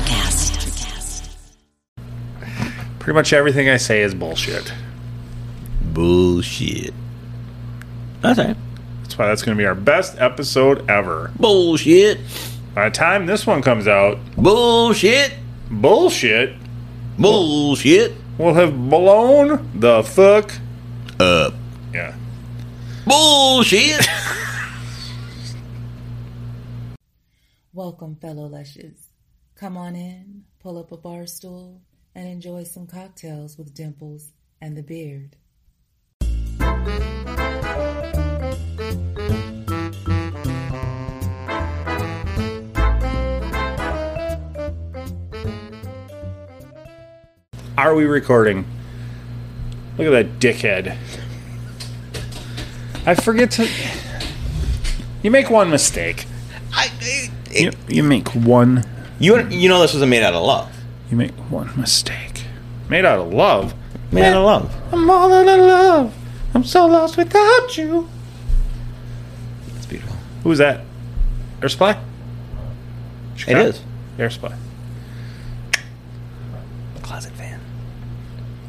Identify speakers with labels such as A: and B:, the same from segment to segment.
A: Electricast.
B: Pretty much everything I say is bullshit.
C: Bullshit. Okay.
B: That's why that's going to be our best episode ever.
C: Bullshit.
B: By the time this one comes out,
C: Bullshit.
B: bullshit
C: Bullshit.
B: will have blown the fuck.
C: Up.
B: Yeah.
C: Bullshit.
D: Welcome, fellow lushes. Come on in, pull up a bar stool, and enjoy some cocktails with Dimples and the Beard.
B: Are we recording? Look at that dickhead. I forget to. You make one mistake.
C: I, I-
B: You, you make one.
C: you you know this was made out of love.
B: You make one mistake. Made out of love.
C: Made out of love.
B: I'm all out of love. I'm so lost without you.
C: It's beautiful.
B: Who's that? Air Supply?
C: It
B: Chicago?
C: is.
B: Air Supply.
C: Closet fan.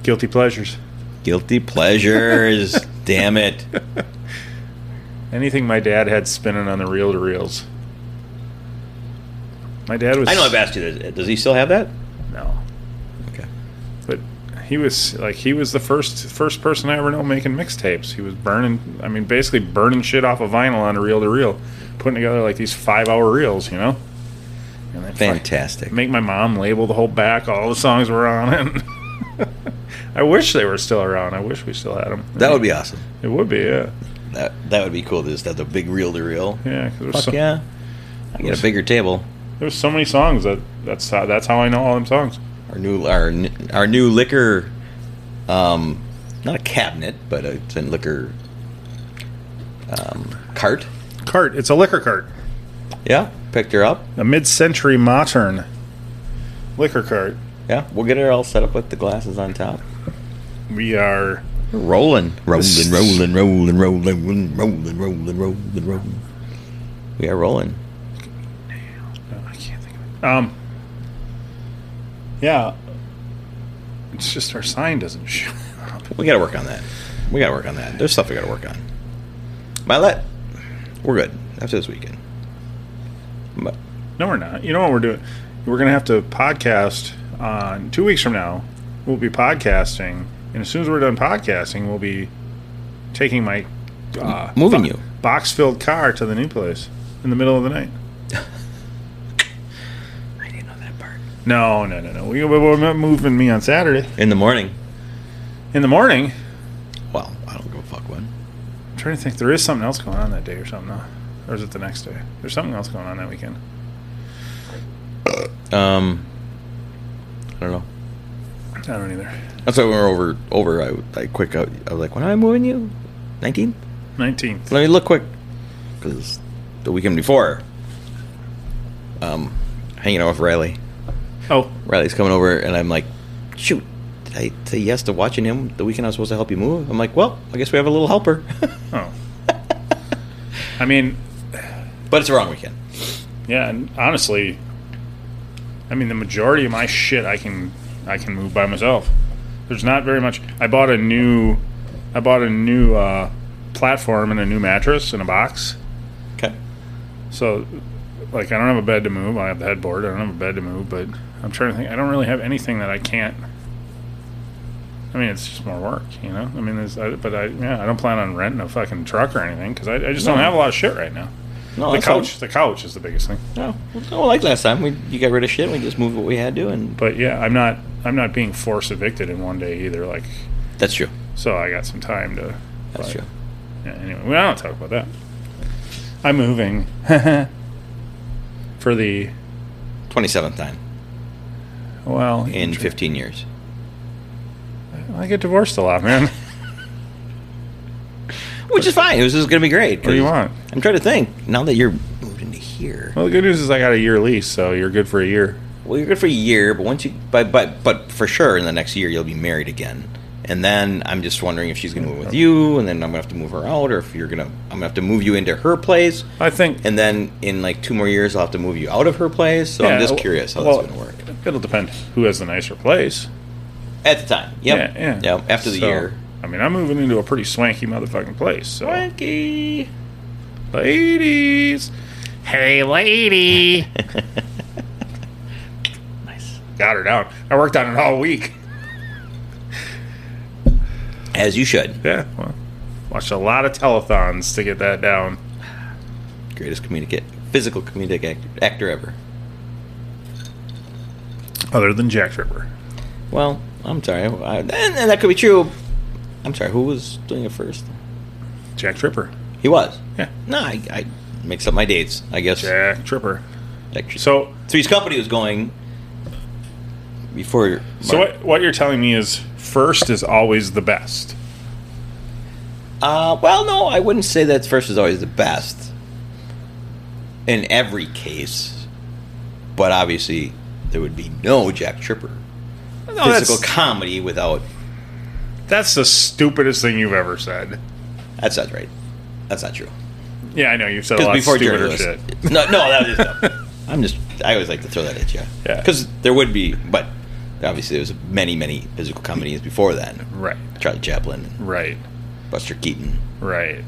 B: Guilty pleasures.
C: Guilty pleasures. Damn it.
B: Anything my dad had spinning on the reel to reels. My dad was.
C: I know I've asked you this. Does he still have that?
B: No,
C: Okay.
B: but he was like he was the first first person I ever know making mixtapes. He was burning. I mean, basically burning shit off of vinyl on a reel to reel, putting together like these five hour reels, you know. And then fuck-
C: Fantastic.
B: make my mom label the whole back. All the songs were on it. I wish they were still around. I wish we still had them.
C: That would be awesome.
B: It would be, yeah,
C: That that would be cool. Just have the big reel to reel.
B: yeah. 'cause there was
C: Fuck
B: so-
C: yeah. I get a bigger table.
B: There's so many songs that that's how, that's how I know all them songs.
C: Our new our n- our new liquor, um, not a cabinet, but a, it's a liquor um, cart.
B: Cart. It's a liquor cart.
C: Yeah, picked her up.
B: A mid-century modern liquor cart.
C: Yeah, we'll get her all set up with the glasses on top.
B: We are
C: We're rolling, rolling, rolling, rolling, rolling, rolling, rolling, rolling, rolling, rolling. We are rolling.
B: No, I can't think of it. Um, yeah. It's just our sign doesn't show up.
C: We got to work on that. We got to work on that. There's stuff we got to work on. My let, we're good after this weekend. But
B: No, we're not. You know what we're doing? We're gonna have to podcast on two weeks from now. We'll be podcasting, and as soon as we're done podcasting, we'll be taking my uh,
C: moving you.
B: box-filled car to the new place in the middle of the night.
C: I didn't know that part.
B: No, no, no, no. We, we- we're not moving me on Saturday
C: In the morning.
B: in the morning.
C: Well, I don't give a fuck when.
B: I'm trying to think. There is something else going on that day or something, though. Or is it the next day? There's something else going on that weekend.
C: Um, I don't know.
B: I don't either.
C: That's why when we were over. Over, I, I quick. I, I was like, when am I moving you? 19?
B: 19th.
C: Let me look quick. Because the weekend before, um, hanging out with Riley.
B: Oh,
C: Riley's coming over, and I'm like, shoot, did I say yes to watching him the weekend I was supposed to help you move? I'm like, well, I guess we have a little helper.
B: oh. I mean,
C: but it's the wrong weekend.
B: yeah. And honestly, I mean, the majority of my shit I can I can move by myself. There's not very much. I bought a new I bought a new uh, platform and a new mattress and a box.
C: Okay.
B: So, like, I don't have a bed to move. I have the headboard. I don't have a bed to move, but I'm trying to think. I don't really have anything that I can't. I mean, it's just more work, you know. I mean, there's, I, but I yeah, I don't plan on renting a fucking truck or anything because I, I just don't have a lot of shit right now.
C: No,
B: the
C: Oh, that's fine.
B: couch, the couch is the biggest thing.
C: No, well, like last time, we you got rid of shit. We just moved what we had to, and
B: But yeah, I'm not, I'm not being force evicted in one day either. Like,
C: that's true.
B: so I got some time to.
C: That's
B: like,
C: true.
B: Yeah, anyway, well, I don't talk about that. I'm moving for the
C: Twenty seventh time
B: well
C: in fifteen years.
B: I get divorced a lot, man.
C: Which is fine. It was just gonna be great.
B: What do you
C: 'cause
B: want?
C: I'm trying to think. Now that you're moved into here,
B: Well, the good news is I got a year lease, so you're good for a year.
C: well, you're good for a year. But once you, but but but for sure, in the next year, you'll be married again, And then I'm just wondering if she's going to move with you, and then I'm going to have to move her out, or if you're going to, I'm going to have to move you into her place,
B: I think.
C: and then in like two more years I'll have to move you out of her place. So I'm
B: yeah,
C: just
B: well-
C: curious how
B: well,
C: that's going to work
B: It'll depend who has the nicer place.
C: at the time. Yep.
B: Yeah. yeah.
C: Yep. After the
B: So,
C: year.
B: I mean, I'm moving into a pretty swanky motherfucking place. So,
C: Swanky.
B: ladies, hey, lady,
C: Nice.
B: got her down. I worked on it all week.
C: As you should.
B: Yeah. Well, watched a lot of telethons to get that down.
C: Greatest communicate, physical comedic act- actor ever.
B: Other than Jack Ripper.
C: Well, I'm sorry. I, and, and that could be true. I'm sorry. Who was doing it first?
B: Jack Tripper.
C: He was.
B: Yeah.
C: No, I, I mixed up my dates. I guess.
B: Jack Tripper.
C: Actually, so
B: So,
C: Three's Company was going before.
B: so what, what you're telling me is first is always the best.
C: Uh, well, no, I wouldn't say that first is always the best in every case, but obviously there would be no Jack Tripper
B: No,
C: physical
B: Oh, that's,
C: comedy without.
B: that's the stupidest thing you've ever said.
C: That's not right. That's not true.
B: Yeah, I know you've said a
C: Because
B: lot of
C: before
B: stupider
C: journalist,
B: shit.
C: no, no, that was just. I'm just. I always like to throw that at you.
B: Yeah.
C: Because there would be, but obviously there was many, many physical comedies before then.
B: Right,
C: Charlie Chaplin,
B: right,
C: Buster Keaton.
B: right.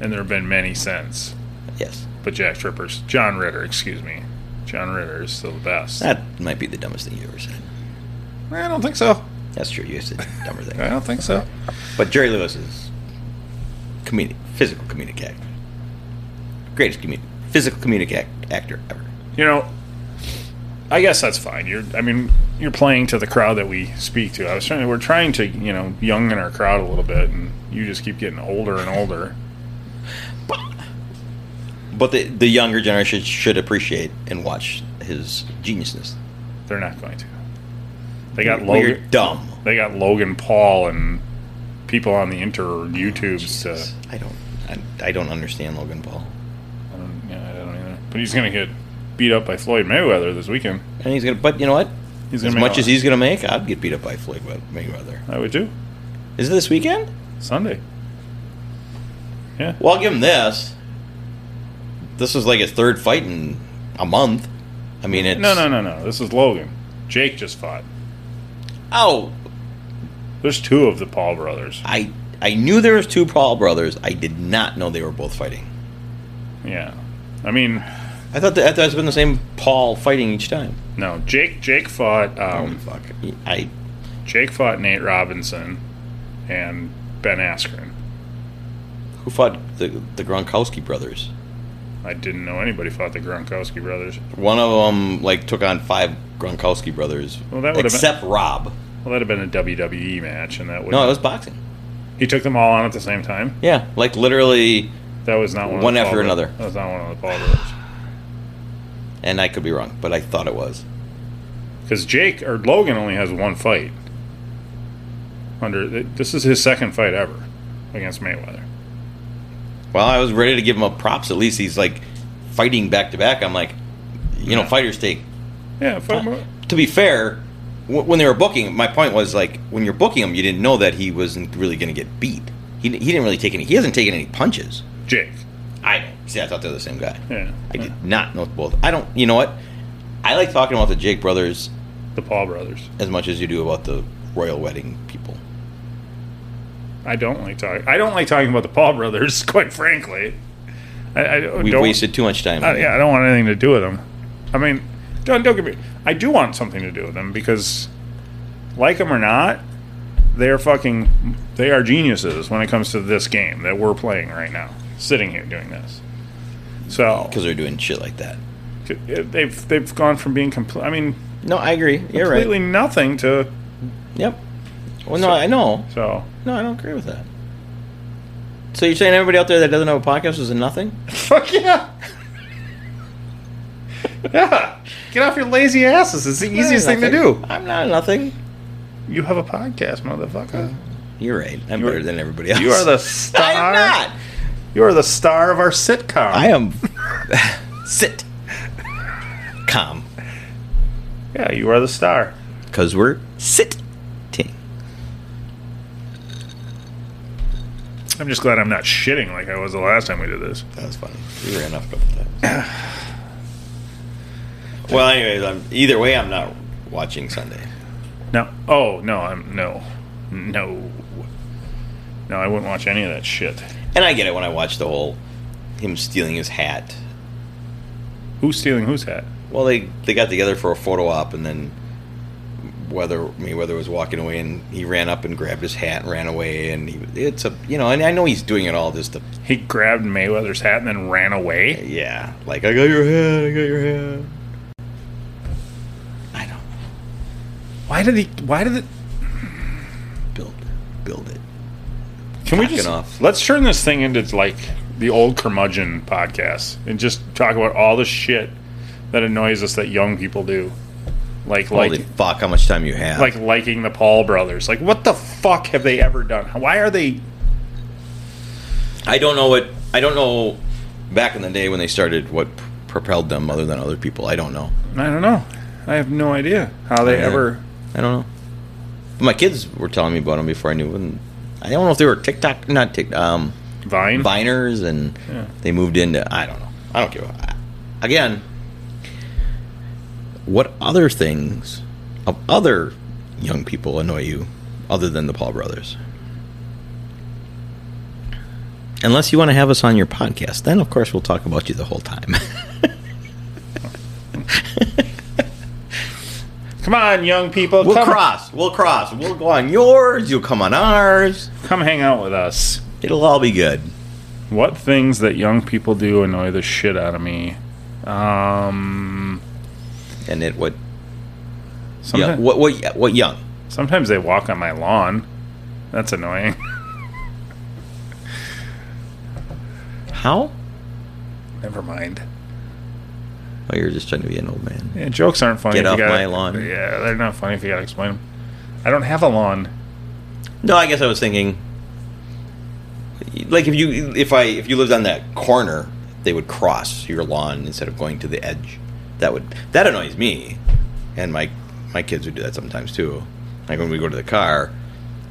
B: And there have been many since.
C: Yes,
B: But Jack Tripper's John Ritter, excuse me. John Ritter is still the best.
C: that might be the dumbest thing you ever said.
B: I don't think so.
C: That's true. You said dumber thing.
B: I don't think so.
C: But Jerry Lewis is comedic, physical comedic actor. Greatest comedic, physical comedic act, actor ever.
B: You know, I guess that's fine. You're, I mean, you're playing to the crowd that we speak to. I was trying. We're trying to, you know, young in our crowd a little bit, and you just keep getting older and older.
C: But the, the younger generation should appreciate and watch his geniusness.
B: They're not going to. They got
C: Well, you're
B: Logan.
C: dumb.
B: They got Logan Paul and people on the inter YouTubes to.
C: Jesus. I don't. I, I don't understand Logan Paul.
B: I don't, yeah, I don't either. But he's gonna get beat up by Floyd Mayweather this weekend.
C: And he's gonna. But you know what?
B: He's gonna
C: as
B: make
C: much
B: a-
C: as he's gonna make, I'd get beat up by Floyd Mayweather.
B: I would do
C: Is it this weekend?
B: Sunday. Yeah.
C: Well, I'll give him this. This is like his third fight in a month. I mean, it's
B: No, no, no, no. This is Logan. Jake just fought.
C: Oh,
B: There's two of the Paul brothers.
C: I I knew there was two Paul brothers. I did not know they were both fighting.
B: Yeah. I mean,
C: I thought that, I thought it's been the same Paul fighting each time.
B: no. Jake Jake fought um,
C: fuck! I
B: Jake fought Nate Robinson and Ben Askren.
C: who fought the the Gronkowski brothers.
B: I didn't know anybody fought the Gronkowski brothers.
C: One of them like took on five Gronkowski brothers.
B: Well, that would've been-
C: except Rob.
B: Well, that'd have been a WWE match, and that would
C: No, it was boxing.
B: he took them all on at the same time.
C: Yeah, like literally,
B: That was not one.
C: One
B: of the
C: after
B: Paul bro-
C: another.
B: That was not one of the Paul brothers.
C: and I could be wrong, but I thought it was.
B: Because Jake or Logan only has one fight. Under this is his second fight ever against Mayweather.
C: Well, I was ready to give him a props. At least he's like fighting back to back. I'm like, you know,
B: Yeah.
C: fighters take
B: Yeah, fight more.
C: to be fair, w- when they were booking, my point was like when you're booking him, you didn't know that he wasn't really going to get beat. He, he didn't really take any. He hasn't taken any punches.
B: Jake.
C: I see. I thought they were the same guy.
B: Yeah,
C: I did not know both. I don't. You know what? I like talking about the Jake brothers
B: the Paul brothers.
C: as much as you do about the royal wedding people.
B: I don't like talking. I don't like talking about the Paul brothers, quite frankly. I, I
C: We've
B: don't,
C: wasted too much time. on
B: I, yeah,
C: that.
B: I don't want anything to do with them. I mean, don't don't get me. I do want something to do with them because, like them or not, they are fucking. They are geniuses when it comes to this game that we're playing right now, sitting here doing this. So
C: because they're doing shit like that.
B: they've they've gone from being complete. I mean,
C: No, I agree. You're
B: completely
C: right.
B: nothing to
C: Yep. Well, no, I know.
B: so.
C: No, I don't agree with that. So you're saying everybody out there that doesn't have a podcast is a nothing?
B: Fuck yeah. yeah. Get off your lazy asses. It's the easiest thing to do.
C: I'm not a nothing.
B: You have a podcast,
C: Uh,
B: motherfucker.
C: You're right. I'm
B: You are-
C: better than everybody else.
B: You are the star.
C: I'm not.
B: You are the star of our sitcom.
C: I am. Sit. Calm.
B: Yeah, you are the star.
C: Because we're sitting.
B: I'm just glad I'm not shitting like I was the last time we did this.
C: That was funny. We ran off a couple times. well, anyways, I'm, either way, I'm not watching Sunday.
B: No. Oh no, I'm no, no, no. I wouldn't watch any of that shit.
C: And I get it when I watch the whole him stealing his hat.
B: Who's stealing whose hat?
C: Well, they they got together for a photo op, and then whether Mayweather was walking away, and he ran up and grabbed his hat and ran away, and he, it's a you know, and I know he's doing it all just to
B: He grabbed Mayweather's hat and then ran away.
C: yeah, like I got your hat, I got your hat. I don't
B: Why did he? Why did it?
C: build build it.
B: Can we
C: Fucking
B: just
C: off.
B: let's turn this thing into like the old curmudgeon podcast and just talk about all the shit that annoys us that young people do, like like
C: Holy fuck, how much time you have?
B: like liking the Paul brothers. Like what the fuck have they ever done? Why are they?
C: I don't know what I don't know. Back in the day when they started, what propelled them other than other people? I don't know.
B: I don't know. I have no idea how they
C: Yeah.
B: ever.
C: I don't know. My kids were telling me about them before I knew them. I don't know if they were TikTok, not Tik, um,
B: Vine.
C: Viners, and
B: Yeah.
C: they moved into. I don't know. I don't give a. Again, what other things of other young people annoy you other than the Paul brothers? Unless you want to have us on your podcast, then of course we'll talk about you the whole time.
B: Come on, young people.
C: we'll
B: come,
C: cross. We'll cross. We'll go on yours. You'll come on ours.
B: come hang out with us.
C: It'll all be good.
B: What things that young people do annoy the shit out of me? Um,
C: And it would Yeah,
B: sometimes,
C: what what what young?
B: sometimes they walk on my lawn. That's annoying.
C: How?
B: Never mind.
C: Oh, you're just trying to be an old man.
B: Yeah, jokes aren't funny.
C: Get
B: if you
C: off
B: gotta-
C: my lawn.
B: Yeah, they're not funny if you gotta explain them. I don't have a lawn.
C: No, I guess I was thinking, like if you if I if you lived on that corner, they would cross your lawn instead of going to the edge. That would that annoys me, and my my kids would do that sometimes too. Like when we go to the car,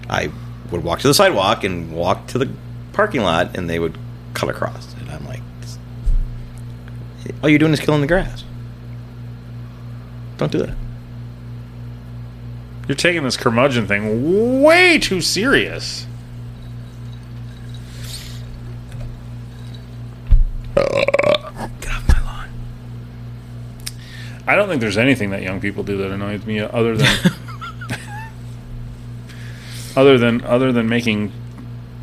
C: I would walk to the sidewalk and walk to the parking lot, and they would cut across, and I'm like, all you're doing is killing the grass. Don't do that.
B: You're taking this curmudgeon thing way too serious.
C: Get off my lawn.
B: I don't think there's anything that young people do that annoys me other than other than other than making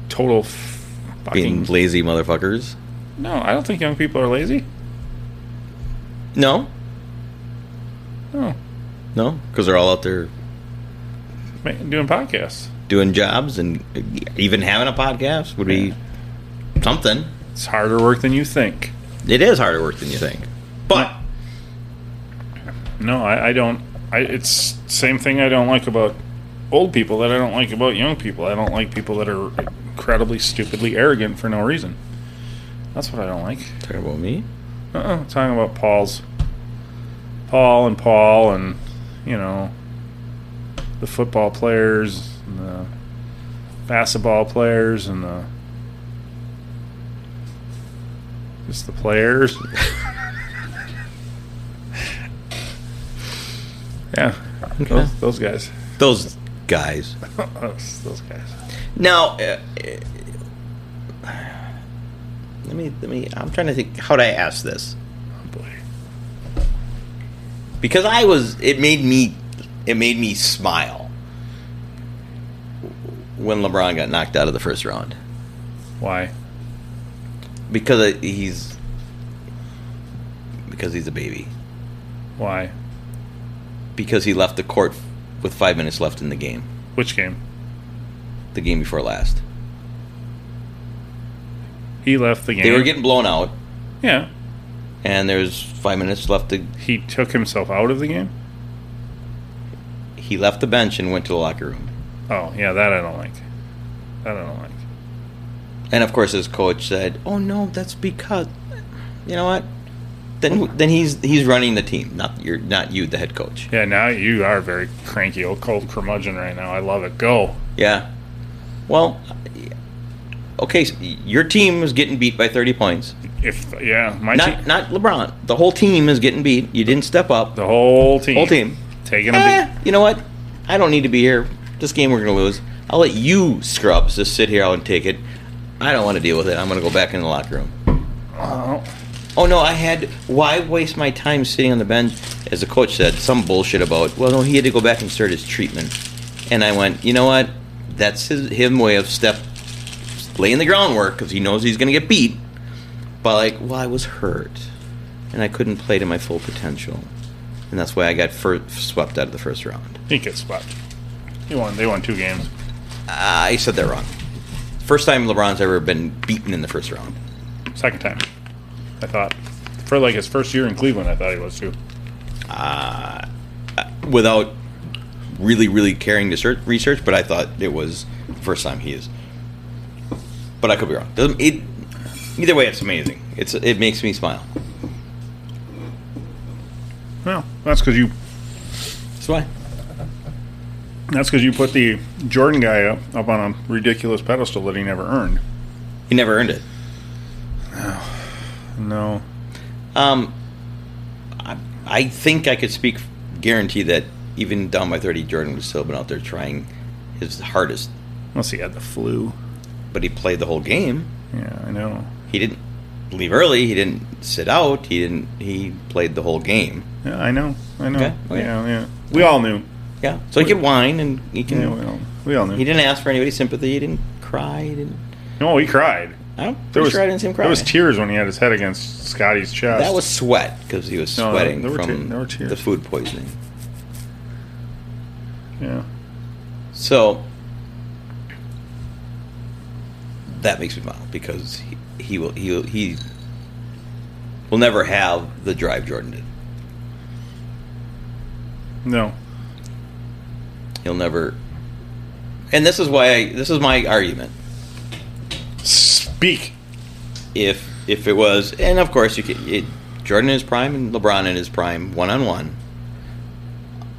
B: total f-
C: Being
B: fucking.
C: lazy motherfuckers.
B: no, I don't think young people are lazy.
C: No, Oh.
B: No,
C: No, because they're all out there
B: ma- doing podcasts.
C: doing jobs and even having a podcast would be something.
B: It's harder work than you think.
C: It is harder work than you think. But
B: No, I, I don't. I, it's same thing I don't like about old people that I don't like about young people. I don't like people that are incredibly stupidly arrogant for no reason. That's what I don't like.
C: talking about me,
B: Uh-uh, talking about Paul's, Paul and Paul and you know, the football players and the basketball players and the just the players. yeah, those, those guys,
C: those guys.
B: those, those guys.
C: Now, uh, uh, let me let me. I'm trying to think. How would I ask this?
B: Oh boy,
C: because I was it made me it made me smile when LeBron got knocked out of the first round
B: why?
C: because it- he's because he's a baby
B: Why?
C: because he left the court with 5 minutes left in the game
B: Which game?
C: the game before last
B: He left the game.
C: they were getting blown out
B: yeah.
C: and there's 5 minutes left to
B: He took himself out of the game.
C: he left the bench and went to the locker room
B: Oh yeah, that I don't like. That I don't like.
C: and of course his coach said oh no that's because you know what then then he's he's running the team not you're not you the head coach
B: Yeah, now you are very cranky old cold curmudgeon right now. I love it. Go.
C: Yeah. Well, Okay, so y- your team is getting beat by 30 points.
B: If yeah, my
C: Not
B: team,
C: not LeBron. The whole team is getting beat. You didn't step up.
B: the whole team,
C: Whole team.
B: taking a
C: Eh,
B: beat.
C: you know what? I don't need to be here. This game we're going to lose. I'll let you scrubs just sit here and take it. I don't want to deal with it. I'm going to go back in the locker room.
B: Oh,
C: Oh no, I had. Why waste my time sitting on the bench? As the coach said, some bullshit about. Well, no, he had to go back and start his treatment. And I went, you know what? That's his him way of step laying the groundwork because he knows he's going to get beat. But like, well, I was hurt, and I couldn't play to my full potential, and that's why I got fir- swept out of the first round.
B: he gets swept. He won. They won two games.
C: I said that wrong. First time LeBron's ever been beaten in the first round.
B: Second time, I thought. For like his first year in Cleveland, I thought he was too.
C: without really, really caring to search, research, but I thought it was the first time he is. But I could be wrong. Doesn't it? Either way, it's amazing. It's it makes me smile.
B: Well, that's because you
C: That's why.
B: that's because you put the Jordan guy up up on a ridiculous pedestal that he never earned.
C: He never earned it.
B: No,
C: Um, I, I think I could speak guarantee that even down by thirty, Jordan was still been out there trying his hardest,
B: unless he had the flu.
C: but he played the whole game.
B: Yeah, I know.
C: He didn't leave early. He didn't sit out. He didn't. He played the whole game.
B: Yeah, I know. I know.
C: Okay, okay.
B: Yeah, yeah. We all knew.
C: Yeah. So he could whine and he can.
B: Yeah, we all, we all knew.
C: He didn't ask for anybody's sympathy. He didn't cry. He didn't.
B: No, he cried.
C: I don't. Pretty sure I didn't see him cry.
B: There was tears when he had his head against Scotty's chest.
C: That was sweat because he was
B: No,
C: sweating
B: there were te-
C: from
B: there were tears.
C: the food poisoning.
B: yeah.
C: So that makes me smile because he, he will he will, he will never have the drive Jordan did.
B: No.
C: He'll never. And this is why I, this is my argument.
B: Speak.
C: If if it was, and of course you could, it, Jordan in his prime and LeBron in his prime, one on one.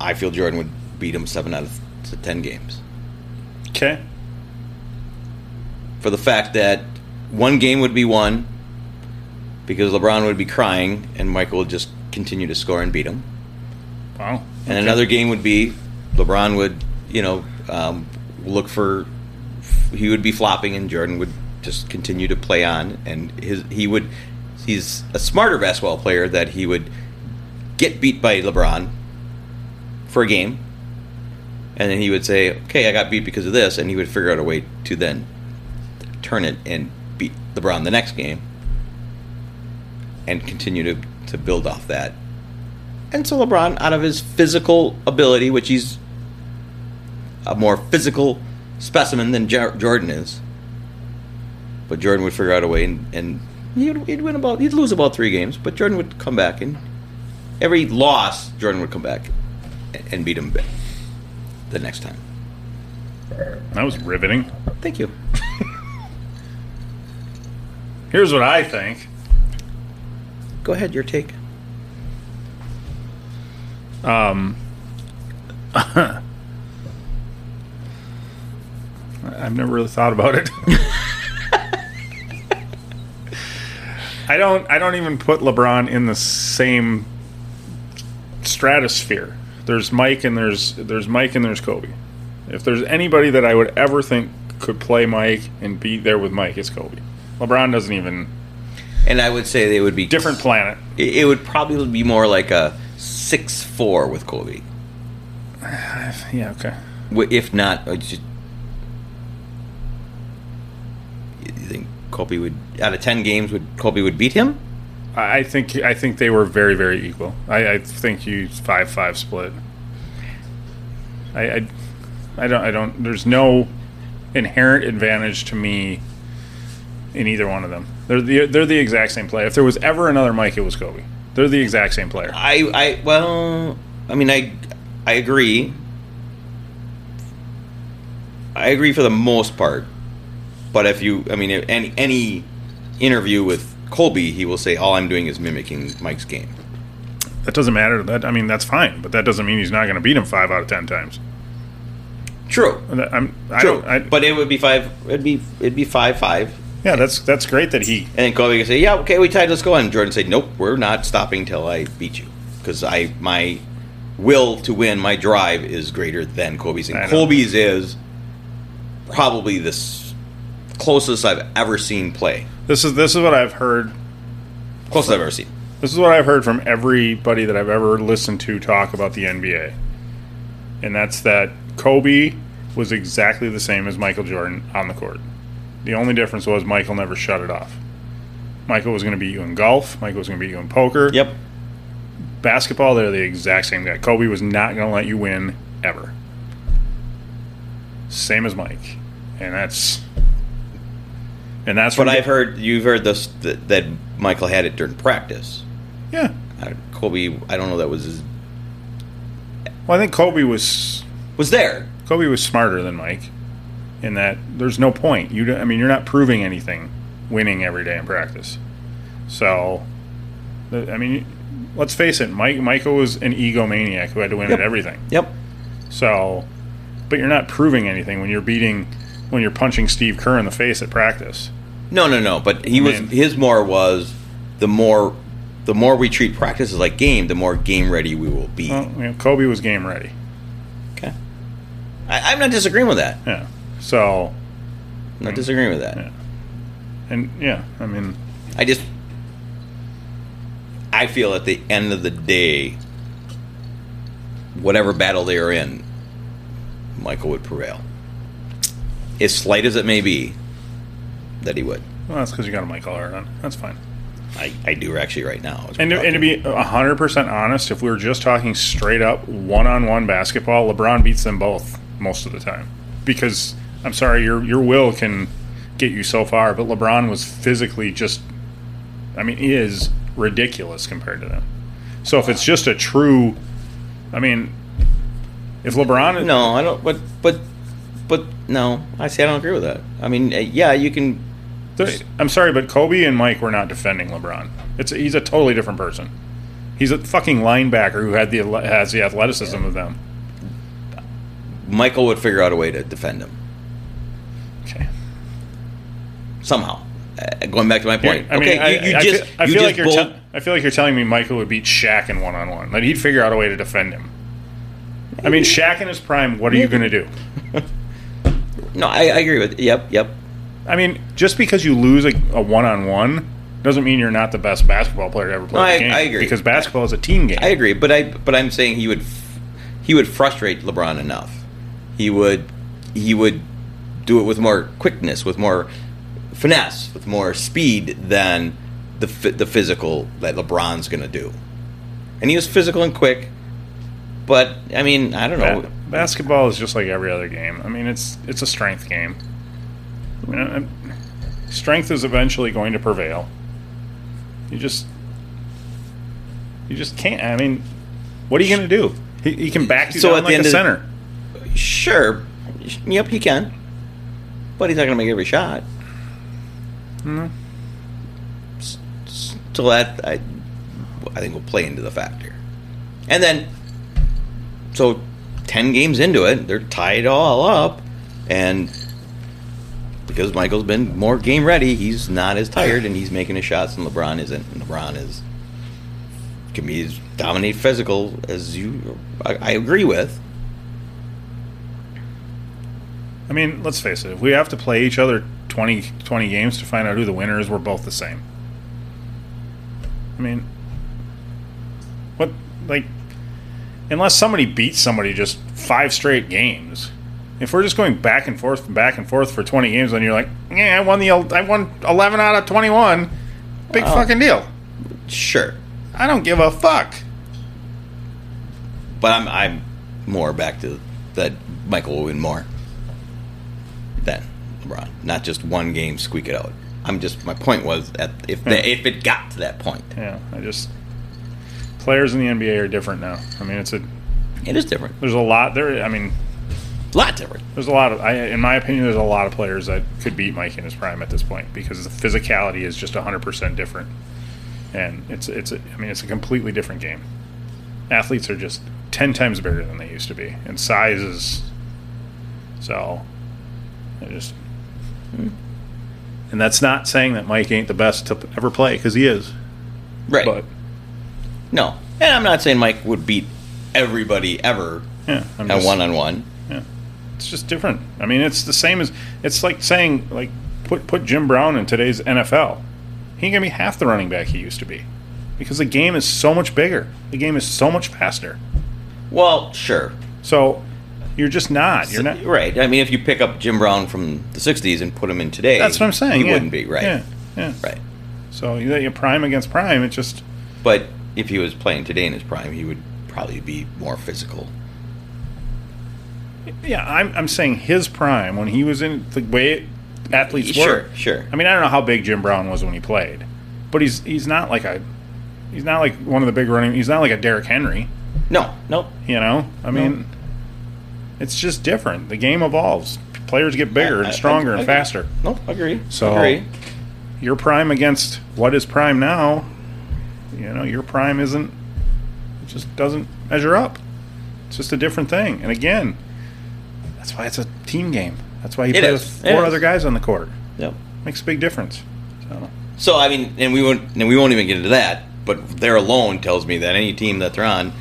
C: I feel Jordan would beat him seven out of t- ten games.
B: Okay.
C: for the fact that one game would be won because LeBron would be crying and Michael would just continue to score and beat him.
B: Wow.
C: And another game would be LeBron would, you know, um, look for he would be flopping and Jordan would just continue to play on and his he would he's a smarter basketball player that he would get beat by LeBron for a game. And then he would say, "Okay, I got beat because of this," and he would figure out a way to then turn it and beat LeBron the next game, and continue to to build off that and so LeBron, out of his physical ability, which he's a more physical specimen than Jar Jordan is, but Jordan would figure out a way, and, and he'd, he'd win about, he'd lose about three games, but Jordan would come back, and every loss, Jordan would come back and, and beat him ba- the next time.
B: That was riveting.
C: Thank you.
B: Here's what I think.
C: Go ahead, your take.
B: I've never really thought about it. I don't. I don't even put LeBron in the same stratosphere. There's Mike and there's there's Mike and there's Kobe. If there's anybody that I would ever think could play Mike and be there with Mike, it's Kobe. LeBron doesn't even
C: And I would say they would be
B: different planet.
C: It, it would probably be more like a six-four with Kobe.
B: Yeah. Okay.
C: Wh- If not, I just, you think Kobe would out of ten games would Kobe would beat him?
B: I I think I think they were very very equal. I, I think you five five split. I, I I don't I don't. There's no inherent advantage to me in either one of them. They're the they're the exact same player. If there was ever another Mike, it was Kobe. They're the exact same player.
C: I I well, I mean I I agree. I agree for the most part, but if you, I mean, if any any interview with Colby, he will say all I'm doing is mimicking Mike's game.
B: That doesn't matter. That I mean that's fine, but that doesn't mean he's not going to beat him five out of ten times.
C: True.
B: And that- I'm, I
C: True.
B: don't, I,
C: but it would be five. It'd be it'd be five five.
B: yeah, that's that's great that he.
C: And then Kobe could say, "Yeah, okay, we tied. Let's go." And Jordan said, "Nope, we're not stopping till I beat you because I my will to win, my drive is greater than Kobe's,
B: I
C: and
B: know.
C: Kobe's is probably the s- closest I've ever seen play.
B: This is this is what I've heard.
C: Closest I've ever seen.
B: This is what I've heard from everybody that I've ever listened to talk about the NBA, and that's that Kobe was exactly the same as Michael Jordan on the court. The only difference was Michael never shut it off. Michael was going to beat you in golf. Michael was going to beat you in poker.
C: Yep.
B: basketball, they're the exact same guy. Kobe was not going to let you win ever. Same as Mike, and that's and that's
C: But
B: what
C: I've heard you've heard this that, that Michael had it during practice.
B: Yeah,
C: I- Kobe, I don't know that was his,
B: well, I think Kobe was
C: was there.
B: Kobe was smarter than Mike in that there's no point. You, don't- I mean, you're not proving anything winning every day in practice. So, the- I mean, let's face it, Mike Michael was an egomaniac who had to win
C: Yep.
B: at everything.
C: Yep.
B: So, but you're not proving anything when you're beating, when you're punching Steve Kerr in the face at practice.
C: No, no, no. But he was
B: mean-
C: his more was the more the more we treat practice as like game, the more game ready we will be.
B: Well, you know, Kobe was game ready.
C: Okay. I, I'm not disagreeing with that.
B: Yeah. So,
C: I'm not disagreeing with that.
B: Hmm. Yeah. and yeah, I mean,
C: I just I feel at the end of the day, whatever battle they are in, Michael would prevail. As slight as it may be, that he would.
B: well, that's because you got a Michael Hart on. That's fine.
C: I, I do actually right now. as we're
B: And to, and to be 100% honest, if we were just talking straight up one on one basketball, LeBron beats them both most of the time. Because, I'm sorry, your, your will can get you so far, but LeBron was physically just, I mean, he is ridiculous compared to them. So if it's just a true, I mean, if LeBron.
C: No, I don't. But but but no, I say I don't agree with that. I mean, uh, yeah, you can.
B: Th- I'm sorry, but Kobe and Mike were not defending LeBron. It's he's a totally different person. He's a fucking linebacker who had the athle- has the athleticism of them.
C: Michael would figure out a way to defend him
B: Okay.
C: somehow. Uh, going back to my point.
B: I mean,
C: okay,
B: I,
C: you, you
B: I
C: just
B: feel, I feel
C: you just
B: like you're
C: both-
B: te- I feel like you're telling me Michael would beat Shaq in one on one. That he'd figure out a way to defend him. I mean, Shaq in his prime. What are you going to do?
C: no, I, I agree with. Yep, yep.
B: I mean, just because you lose a one on one doesn't mean you're not the best basketball player to ever play
C: No,
B: the
C: I-
B: game.
C: I agree.
B: Because basketball is a team game.
C: I agree, but I but I'm saying he would f- he would frustrate LeBron enough. He would he would do it with more quickness, with more finesse, with more speed than the phy- the physical that LeBron's going to do. And he was physical and quick, but I mean, I don't know.
B: Ba- basketball is just like every other game. I mean, it's it's a strength game. You know, and strength is eventually going to prevail. You just you just can't. I mean, what are you going to do? He, he can back you
C: So at
B: down
C: the
B: like
C: end
B: a
C: of the-
B: center.
C: Sure, yep, he can, but he's not going to make every shot. S- s- So that I, I think will play into the factor, and then, so ten games into it, they're tied all up, and because Michael's been more game ready, he's not as tired and he's making his shots, and LeBron isn't. And LeBron is can be as dominate physical as you. I, I agree with.
B: I mean, let's face it. If we have to play each other 20, 20 games to find out who the winner is, we're both the same. I mean, what like unless somebody beats somebody just five straight games. If we're just going back and forth and back and forth for 20 games, then you're like, yeah, I won the el- I won 11 out of 21. Big
C: Wow.
B: fucking deal.
C: Sure,
B: I don't give a fuck.
C: but I'm I'm more back to that Michael will win more than LeBron. Not just one game squeak it out. I'm just my point was that if the, if it got to that point,
B: Yeah, I just players in the NBA are different now. I mean, it's a
C: it is different,
B: there's a lot there. I mean,
C: a lot different.
B: There's a lot of, I, in my opinion, there's a lot of players that could beat Mike in his prime at this point because the physicality is just 100% different, and it's it's a, I mean it's a completely different game. Athletes are just 10 times better than they used to be, and size is So I just, and that's not saying that Mike ain't the best to ever play because he is.
C: Right.
B: But
C: no. And I'm not saying Mike would beat everybody ever
B: yeah, I'm
C: at
B: just,
C: one on one.
B: yeah, it's just different. I mean, it's the same as it's like saying like put put Jim Brown in today's NFL. He ain't gonna be half the running back he used to be because the game is so much bigger. The game is so much faster.
C: Well, sure.
B: So you're just not. You're not.
C: right. I mean, if you pick up Jim Brown from the '60s and put him in today,
B: That's what I'm saying.
C: He
B: yeah.
C: wouldn't be right.
B: Yeah. Yeah.
C: Right.
B: So you you prime against prime. It just
C: But if he was playing today in his prime, he would probably be more physical.
B: yeah. I'm I'm saying his prime when he was in the way athletes
C: Sure,
B: were.
C: sure.
B: I mean, I don't know how big Jim Brown was when he played, but he's he's not like a he's not like one of the big running. He's not like a Derrick Henry.
C: No, no.
B: You know. I mean, it's just different. The game evolves. Players get bigger
C: I- I-
B: and stronger
C: I-
B: and faster.
C: No, agree.
B: So-
C: agree.
B: Your prime against what is prime now. You know, your prime isn't. It just doesn't measure up. It's just a different thing. And again, that's why it's a team game. That's why you
C: It
B: play
C: is.
B: with
C: It
B: four
C: is.
B: other guys on the court.
C: Yep.
B: Makes a big difference. So
C: So I mean, and we won't, and we won't even get into that. But there alone tells me that any team that they're on,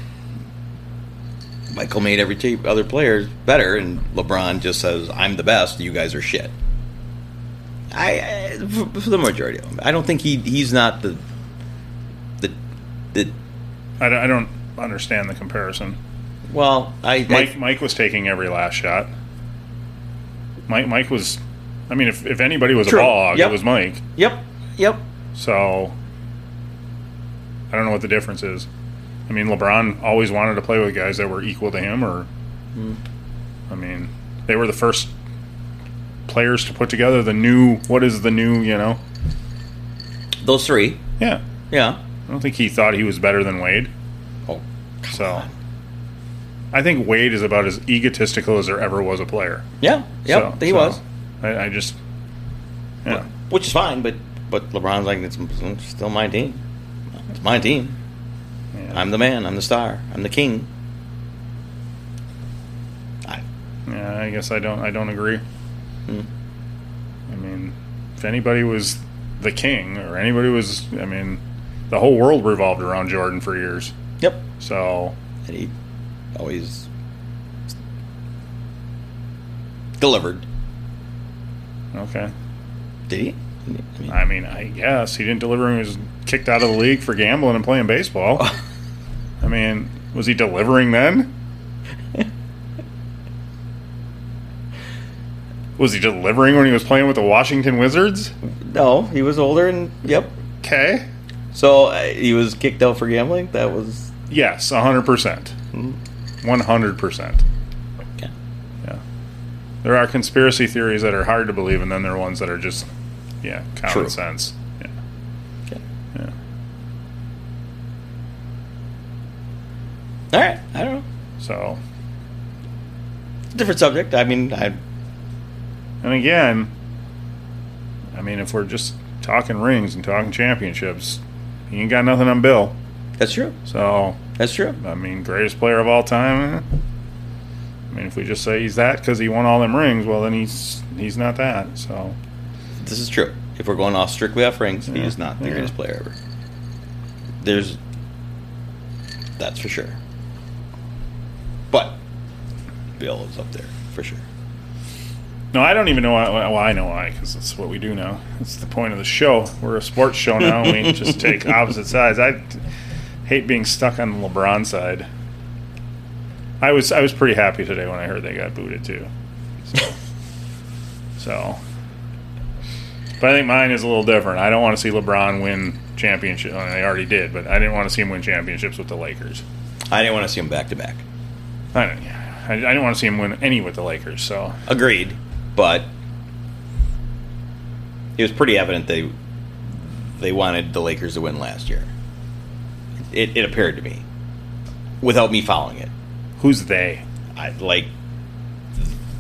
C: Michael made every team, other players better, and LeBron just says, "I'm the best. You guys are shit." I, I for for the majority of them, I don't think he he's not the the the
B: I don't, I don't understand the comparison.
C: well. I
B: Mike
C: I,
B: Mike was taking every last shot. Mike Mike was, I mean, if, if anybody was
C: True.
B: a bog,
C: Yep.
B: it was Mike.
C: yep yep
B: So I don't know what the difference is. I mean, LeBron always wanted to play with guys that were equal to him, or
C: Mm.
B: I mean, they were the first players to put together the new. What is the new? You know?
C: those three
B: Yeah,
C: yeah
B: I don't think he thought he was better than Wade.
C: oh
B: So I think Wade is about as egotistical as there ever was a player.
C: yeah yep
B: So-
C: he
B: so
C: was
B: I, I just yeah.
C: which is fine. But but LeBron's like it's, it's still my team. It's my team.
B: yeah.
C: I'm the man. I'm the star. I'm the king. I,
B: Yeah, I guess I don't. I don't agree.
C: Hmm.
B: I mean, if anybody was the king, or anybody was, I mean, the whole world revolved around Jordan for years.
C: yep.
B: So
C: And he always delivered.
B: okay,
C: Did he? I mean,
B: I mean, I guess he didn't deliver. When he was kicked out of the league for gambling and playing baseball. I mean, was he delivering then? was he delivering when he was playing with the Washington Wizards?
C: no, he was older, and yep.
B: Okay.
C: So uh, he was kicked out for gambling. That was
B: Yes, 100%. 100%.
C: yeah.
B: Yeah. There are conspiracy theories that are hard to believe, and then there are ones that are just, yeah, common
C: True.
B: sense. Yeah.
C: Okay.
B: Yeah.
C: All right. I don't know.
B: So,
C: It's a different subject. I mean, I
B: and again, I mean, if we're just talking rings and talking championships, he ain't got nothing on Bill.
C: that's true.
B: So,
C: That's true.
B: I mean, greatest player of all time. eh? I mean, if we just say he's that because he won all them rings, well, then he's he's not that. So,
C: This is true. If we're going off strictly off rings, he
B: Yeah,
C: is not the
B: yeah.
C: greatest player ever. There's that's for sure. But Bill is up there for sure.
B: No, I don't even know why. Well, I know why because that's what we do now. That's the point of the show. We're a sports show now. and we just take opposite sides. I t- hate being stuck on the LeBron side. I was I was pretty happy today when I heard they got booted too. So, but I think mine is a little different. I don't want to see LeBron win championship. I mean, they already did, but I didn't want to see him win championships with the Lakers.
C: I didn't want to see him back to back.
B: I don't. I, I didn't want to see him win any with the Lakers. So
C: Agreed, but it was pretty evident they they wanted the Lakers to win last year. It, it appeared to me, without me following it,
B: who's they?
C: I like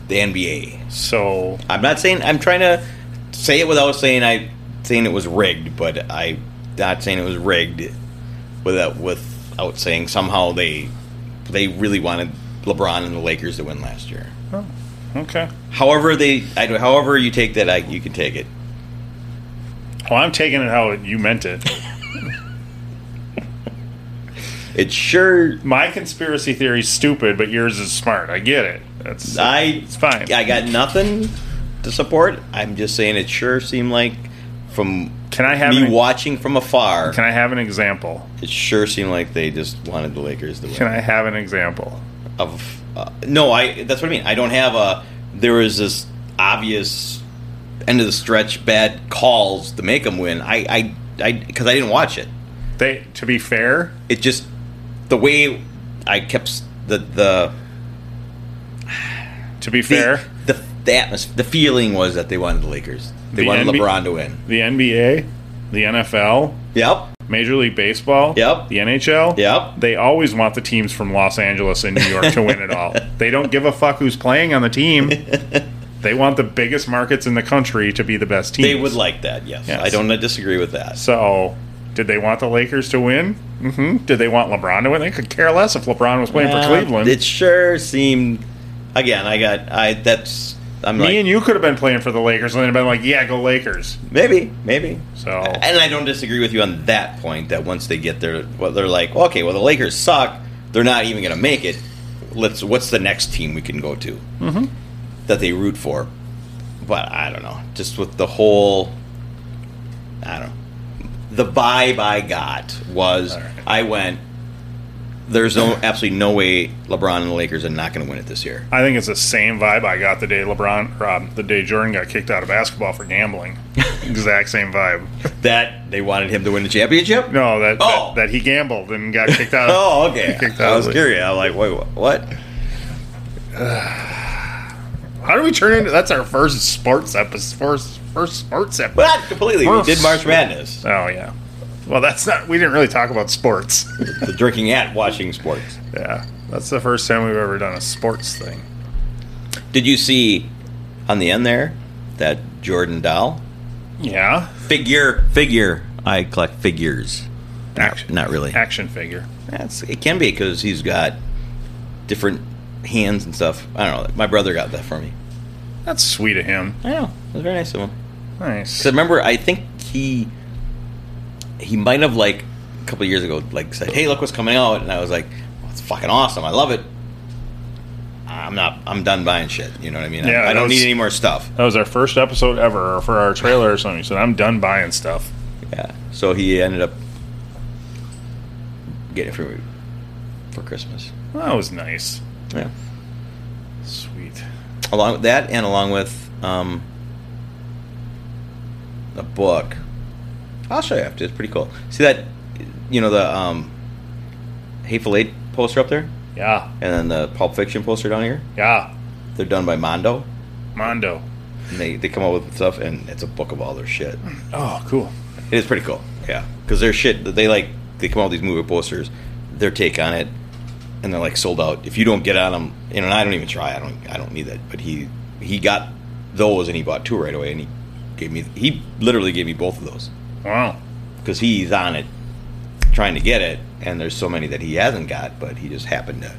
C: the NBA.
B: So
C: I'm not saying I'm trying to say it without saying I saying it was rigged, but I not saying it was rigged without without saying somehow they they really wanted LeBron and the Lakers to win last year.
B: Oh, Okay.
C: However they, I, however you take that, I, you can take it.
B: Well, Oh, I'm taking it how you meant it.
C: It sure.
B: My conspiracy theory's stupid, but yours is smart. I get it. That's
C: I
B: it's fine.
C: I got nothing to support. I'm just saying it sure seemed like from
B: Can I have
C: me
B: an-
C: watching from afar.
B: Can I have an example?
C: it sure seemed like they just wanted the Lakers to win.
B: Can I have an example?
C: of uh, no i that's what i mean i don't have a there was this obvious end of the stretch bad calls to make them win i i i because i didn't watch it
B: They to be fair,
C: it just the way i kept s- the the
B: to be
C: the
B: fair,
C: the, the atmosphere the feeling was that they wanted the lakers they
B: The
C: wanted
B: NB
C: lebron to win
B: the NBA, the NFL,
C: yep
B: Major League Baseball,
C: Yep.
B: the NHL,
C: Yep.
B: They always want the teams from Los Angeles and New York to win it all. They don't give a fuck who's playing on the team. They want the biggest markets in the country to be the best teams.
C: they would like that yes.
B: Yes.
C: i don't disagree with that
B: So, did they want the Lakers to win? hmm Did they want LeBron to win? They could care less if LeBron was playing
C: Uh,
B: for Cleveland.
C: it sure seemed again i got i that's i'm
B: Me
C: like
B: and you could have been playing for the Lakers and then been like, "Yeah, go Lakers."
C: maybe maybe
B: So
C: And I don't disagree with you on that point. That once they get there, well, they're like, okay, well the Lakers suck. They're not even going to make it. Let's. What's the next team we can go to
B: Mm-hmm.
C: that they root for? But I don't know. Just with the whole, I don't. know. The vibe I got was
B: All right.
C: I went. There's no absolutely no way LeBron and the Lakers are not going to win it this year.
B: I think it's the same vibe I got the day LeBron, or, um, the day Jordan got kicked out of basketball for gambling. exact same vibe.
C: That they wanted him to win the championship.
B: No, that,
C: Oh.
B: that that he gambled and got kicked out.
C: Oh, okay.
B: Kicked out
C: I
B: of
C: was
B: the-
C: curious. I'm like, wait, wha- what?
B: How do we turn into? That's our first sports episode. First first sports episode.
C: But not completely. We did March Madness.
B: Oh yeah. Well, that's not. We didn't really talk about sports.
C: The drinking at watching sports.
B: yeah, that's the first time we've ever done a sports thing.
C: Did you see on the end there that Jordan doll
B: Yeah.
C: figure figure? I collect figures.
B: Action.
C: Not really.
B: Action figure.
C: That's it can be because he's got different hands and stuff. I don't know. My brother got that for me.
B: That's sweet of him.
C: I know. It was very nice of him.
B: Nice.
C: Because remember, I think he he might have like a couple years ago like said, "Hey, look what's coming out," and I was like, well, "It's fucking awesome. I love it." I'm not. I'm done buying shit. You know what I mean? I-
B: Yeah,
C: I, don't
B: that's-
C: need any more stuff.
B: That was our first episode ever for our trailer or something. He said, I'm done buying stuff.
C: Yeah. So he ended up getting it for me for Christmas.
B: Well, that was nice.
C: Yeah.
B: Sweet.
C: Along with that, and along with um, a book. I'll show you after. It's pretty cool. See that? You know the um, Hateful Eight poster up there,
B: Yeah.
C: and then the Pulp Fiction poster down here.
B: Yeah.
C: They're done by Mondo.
B: Mondo.
C: And they they come up with stuff, and it's a book of all their shit.
B: Oh, cool.
C: It is pretty cool. Yeah, because their shit that they like, they come out with these movie posters, their take on it, and they're like sold out. If you don't get on them, you know, and I don't even try. I don't. I don't need that. But he he got those and he bought two right away, and he gave me. He literally gave me both of those
B: Wow.
C: because he's on it, trying to get it, and there's so many that he hasn't got, but he just happened to.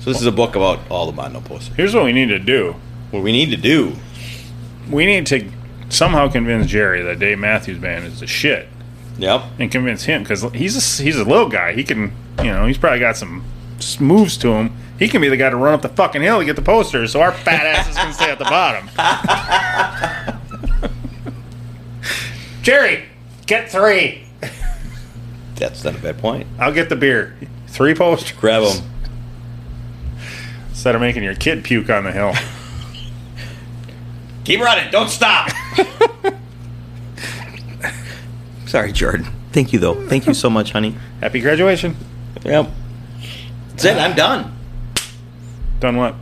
C: So this is a book about all the Mondo posters.
B: Here's what we need to do
C: What we need to do.
B: we need to somehow convince Jerry that Dave Matthews Band is the shit
C: Yep.
B: and convince him because he's a, he's a little guy. He can, you know, he's probably got some s- moves to him. He can be the guy to run up the fucking hill to get the posters so our fat asses can stay at the bottom. Jerry, get three.
C: That's not a bad point.
B: I'll get the beer. Three posters.
C: Grab them.
B: Instead of making your kid puke on the hill.
C: Keep running. Don't stop. Sorry, Jordan. Thank you, though. Thank you so much, honey.
B: Happy graduation.
C: Yep. That's it. I'm done.
B: Done what?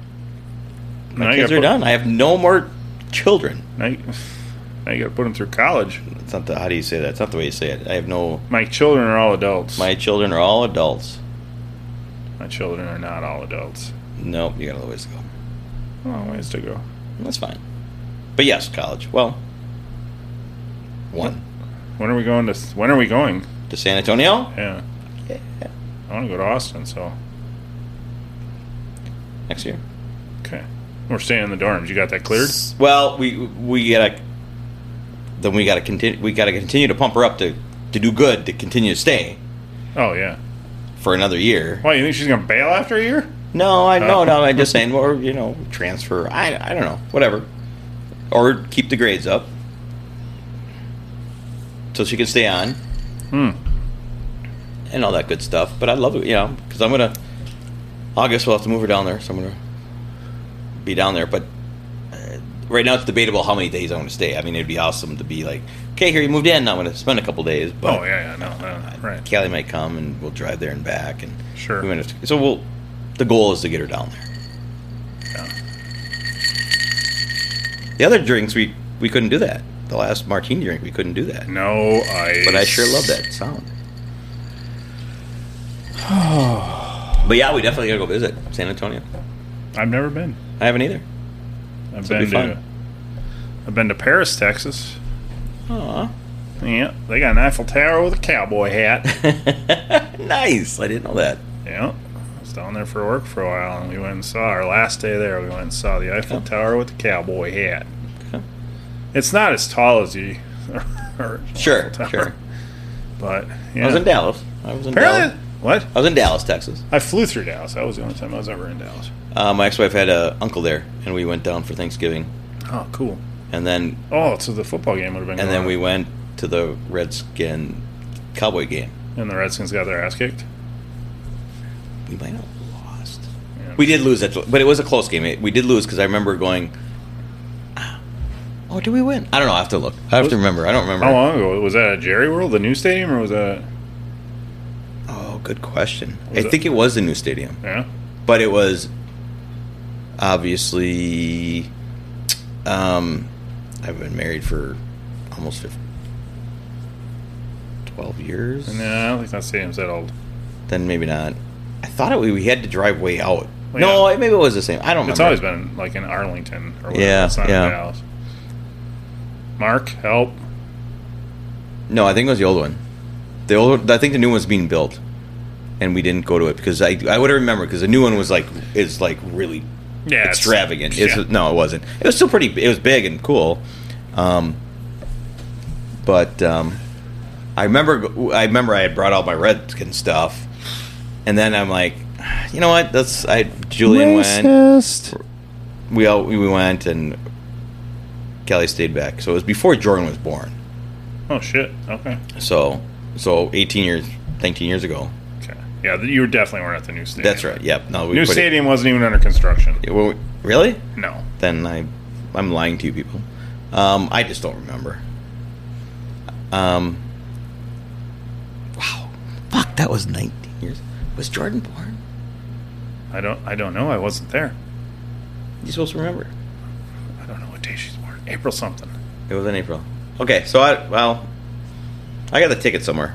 C: My
B: now you
C: kids
B: gotta
C: are
B: put-
C: done. I have no more children.
B: Now you, now you got to put them through college.
C: That's not the. How do you say that? That's not the way you say it. I have no.
B: My children are all adults.
C: My children are all adults.
B: My children are not all adults.
C: Nope. You got a little ways to go.
B: Oh, ways to go.
C: That's fine. But yes, college. Well, one
B: When are we going to? When are we going?
C: to San Antonio.
B: Yeah,
C: Yeah.
B: I want to go to Austin. So
C: Next year.
B: okay, We're staying in the dorms. You got that cleared?
C: Well, we we gotta then we gotta continue we gotta continue to pump her up to to do good to continue to stay
B: Oh yeah.
C: for another year.
B: Why you think she's gonna bail after a year?
C: No, I no
B: Oh.
C: no. I'm just saying, or you know, transfer. I I don't know, whatever, or keep the grades up so she can stay on
B: Hmm.
C: and all that good stuff. But I love it, you know, because I'm gonna. I guess we'll have to move her down there, so I'm gonna be down there. But uh, right now, it's debatable how many days I'm gonna stay. I mean, it'd be awesome to be like, okay, here you moved in. I'm gonna spend a couple days, but
B: Oh yeah, yeah, no, no, no. right.
C: Uh, Callie might come and we'll drive there and back, and
B: Sure.
C: we might have to- so we'll. The goal is to get her down there.
B: Yeah.
C: The other drinks we we couldn't do that. The last martini drink we couldn't do that.
B: No, I.
C: But I sure love that sound. but yeah, we definitely gotta go visit San Antonio.
B: I've never been.
C: I haven't either.
B: I've
C: This'll be
B: been to.
C: fun.
B: I've been to Paris, Texas.
C: Aw.
B: Yeah, they got an Eiffel Tower with a cowboy hat.
C: nice. I didn't know that.
B: yeah, I was down there for work for a while, and we went and saw our last day there. We went and saw the Eiffel
C: Oh.
B: Tower with the cowboy hat.
C: Okay.
B: It's not as tall as you. or
C: Sure,
B: Eiffel Tower,
C: sure.
B: But
C: I
B: yeah,
C: was in Dallas. I was in
B: apparently
C: Dallas.
B: what?
C: I was in Dallas, Texas.
B: I flew through Dallas. That was the only time I was ever in Dallas.
C: Uh, my ex-wife had a uncle there, and we went down for Thanksgiving,
B: Oh, cool.
C: and then
B: Oh, so the football game would have been.
C: and
B: going
C: then
B: on.
C: we went to the Redskin Cowboy game.
B: And the Redskins got their ass kicked.
C: We might have lost.
B: Yeah.
C: We did lose it, but it was a close game. It- We did lose because I remember going. "Ah, Oh, did we win? I don't know. I have to look. I have to remember. I don't remember.
B: How long ago was that? At Jerry World, the new stadium, or was that?
C: Oh, good question.
B: Was
C: I
B: it-
C: think it was the new stadium,
B: Yeah.
C: but it was obviously. Um, I've been married for almost 15, twelve years.
B: No, I don't think that stadium's that old.
C: Then maybe not. I thought it, we had to drive way out.
B: Well,
C: no,
B: yeah.
C: it- maybe it was the same. I don't remember.
B: It's always been like in Arlington or whatever.
C: Yeah,
B: it's not
C: yeah.
B: in Dallas. Mark, help.
C: No, I think it was the old one. The old, I think the new one's being built, and we didn't go to it because I I would remember because the new one was like is like really
B: Yeah, it's-
C: extravagant. It's,
B: yeah.
C: No, it wasn't. It was still pretty. It was big and cool, um, but um, I remember I remember I had brought out my redskin stuff, and then I'm like, you know what? That's I Julian went we all we went and Kelly stayed back. So it was before Jordan was born.
B: Oh shit. Okay.
C: So so 18 years, 19 years ago.
B: Okay. Yeah, th- you definitely weren't at the new stadium.
C: That's right. Yep. No, we
B: New
C: put it-
B: stadium wasn't even under construction.
C: Yeah, well, really?
B: No.
C: Then I I'm lying to you people. Um, I just don't remember. Um. Wow. Fuck, that was 19 years. Was Jordan born?
B: I don't. I don't know. I wasn't there.
C: You supposed to remember?
B: I don't know what day she's born. April something.
C: It was in April. Okay, so I well, I got the ticket somewhere.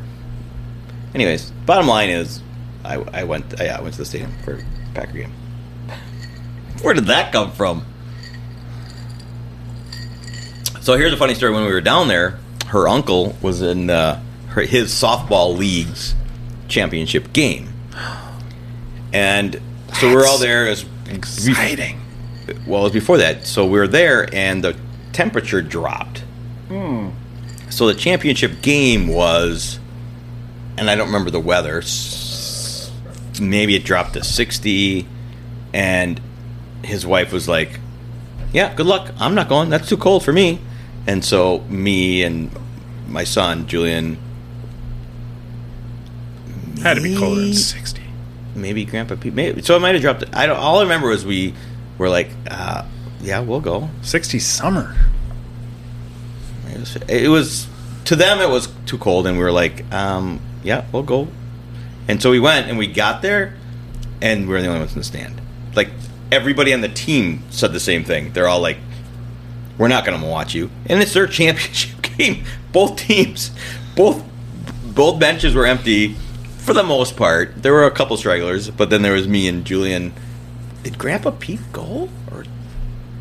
C: Anyways, bottom line is, I, I went I, I went to the stadium for Packer game. Where did that come from? So here's a funny story. When we were down there, her uncle was in uh, her, his softball league's championship game, and so we we're all there. It was
B: Exciting.
C: well, it was before that. So we were there, and the temperature dropped. So the championship game was, and I don't remember the weather. s- Maybe it dropped to sixty, and his wife was like, "Yeah, good luck. I'm not going. That's too cold for me." And so me and my son Julian,
B: Had to be colder than
C: Me-
B: sixty.
C: maybe Grandpa Pete, maybe so it might have dropped. I don't. All I remember was we were like, uh, "Yeah, we'll go."
B: Sixty summer.
C: It was, it was to them it was too cold, and we were like, um, "Yeah, we'll go." And so we went, and we got there, and we were the only ones in the stand. Like everybody on the team said the same thing. They're all like, "We're not going to watch you," and it's their championship game. Both teams, both both benches were empty for the most part. There were a couple stragglers, but then there was me and Julian. Did Grandpa Pete go or?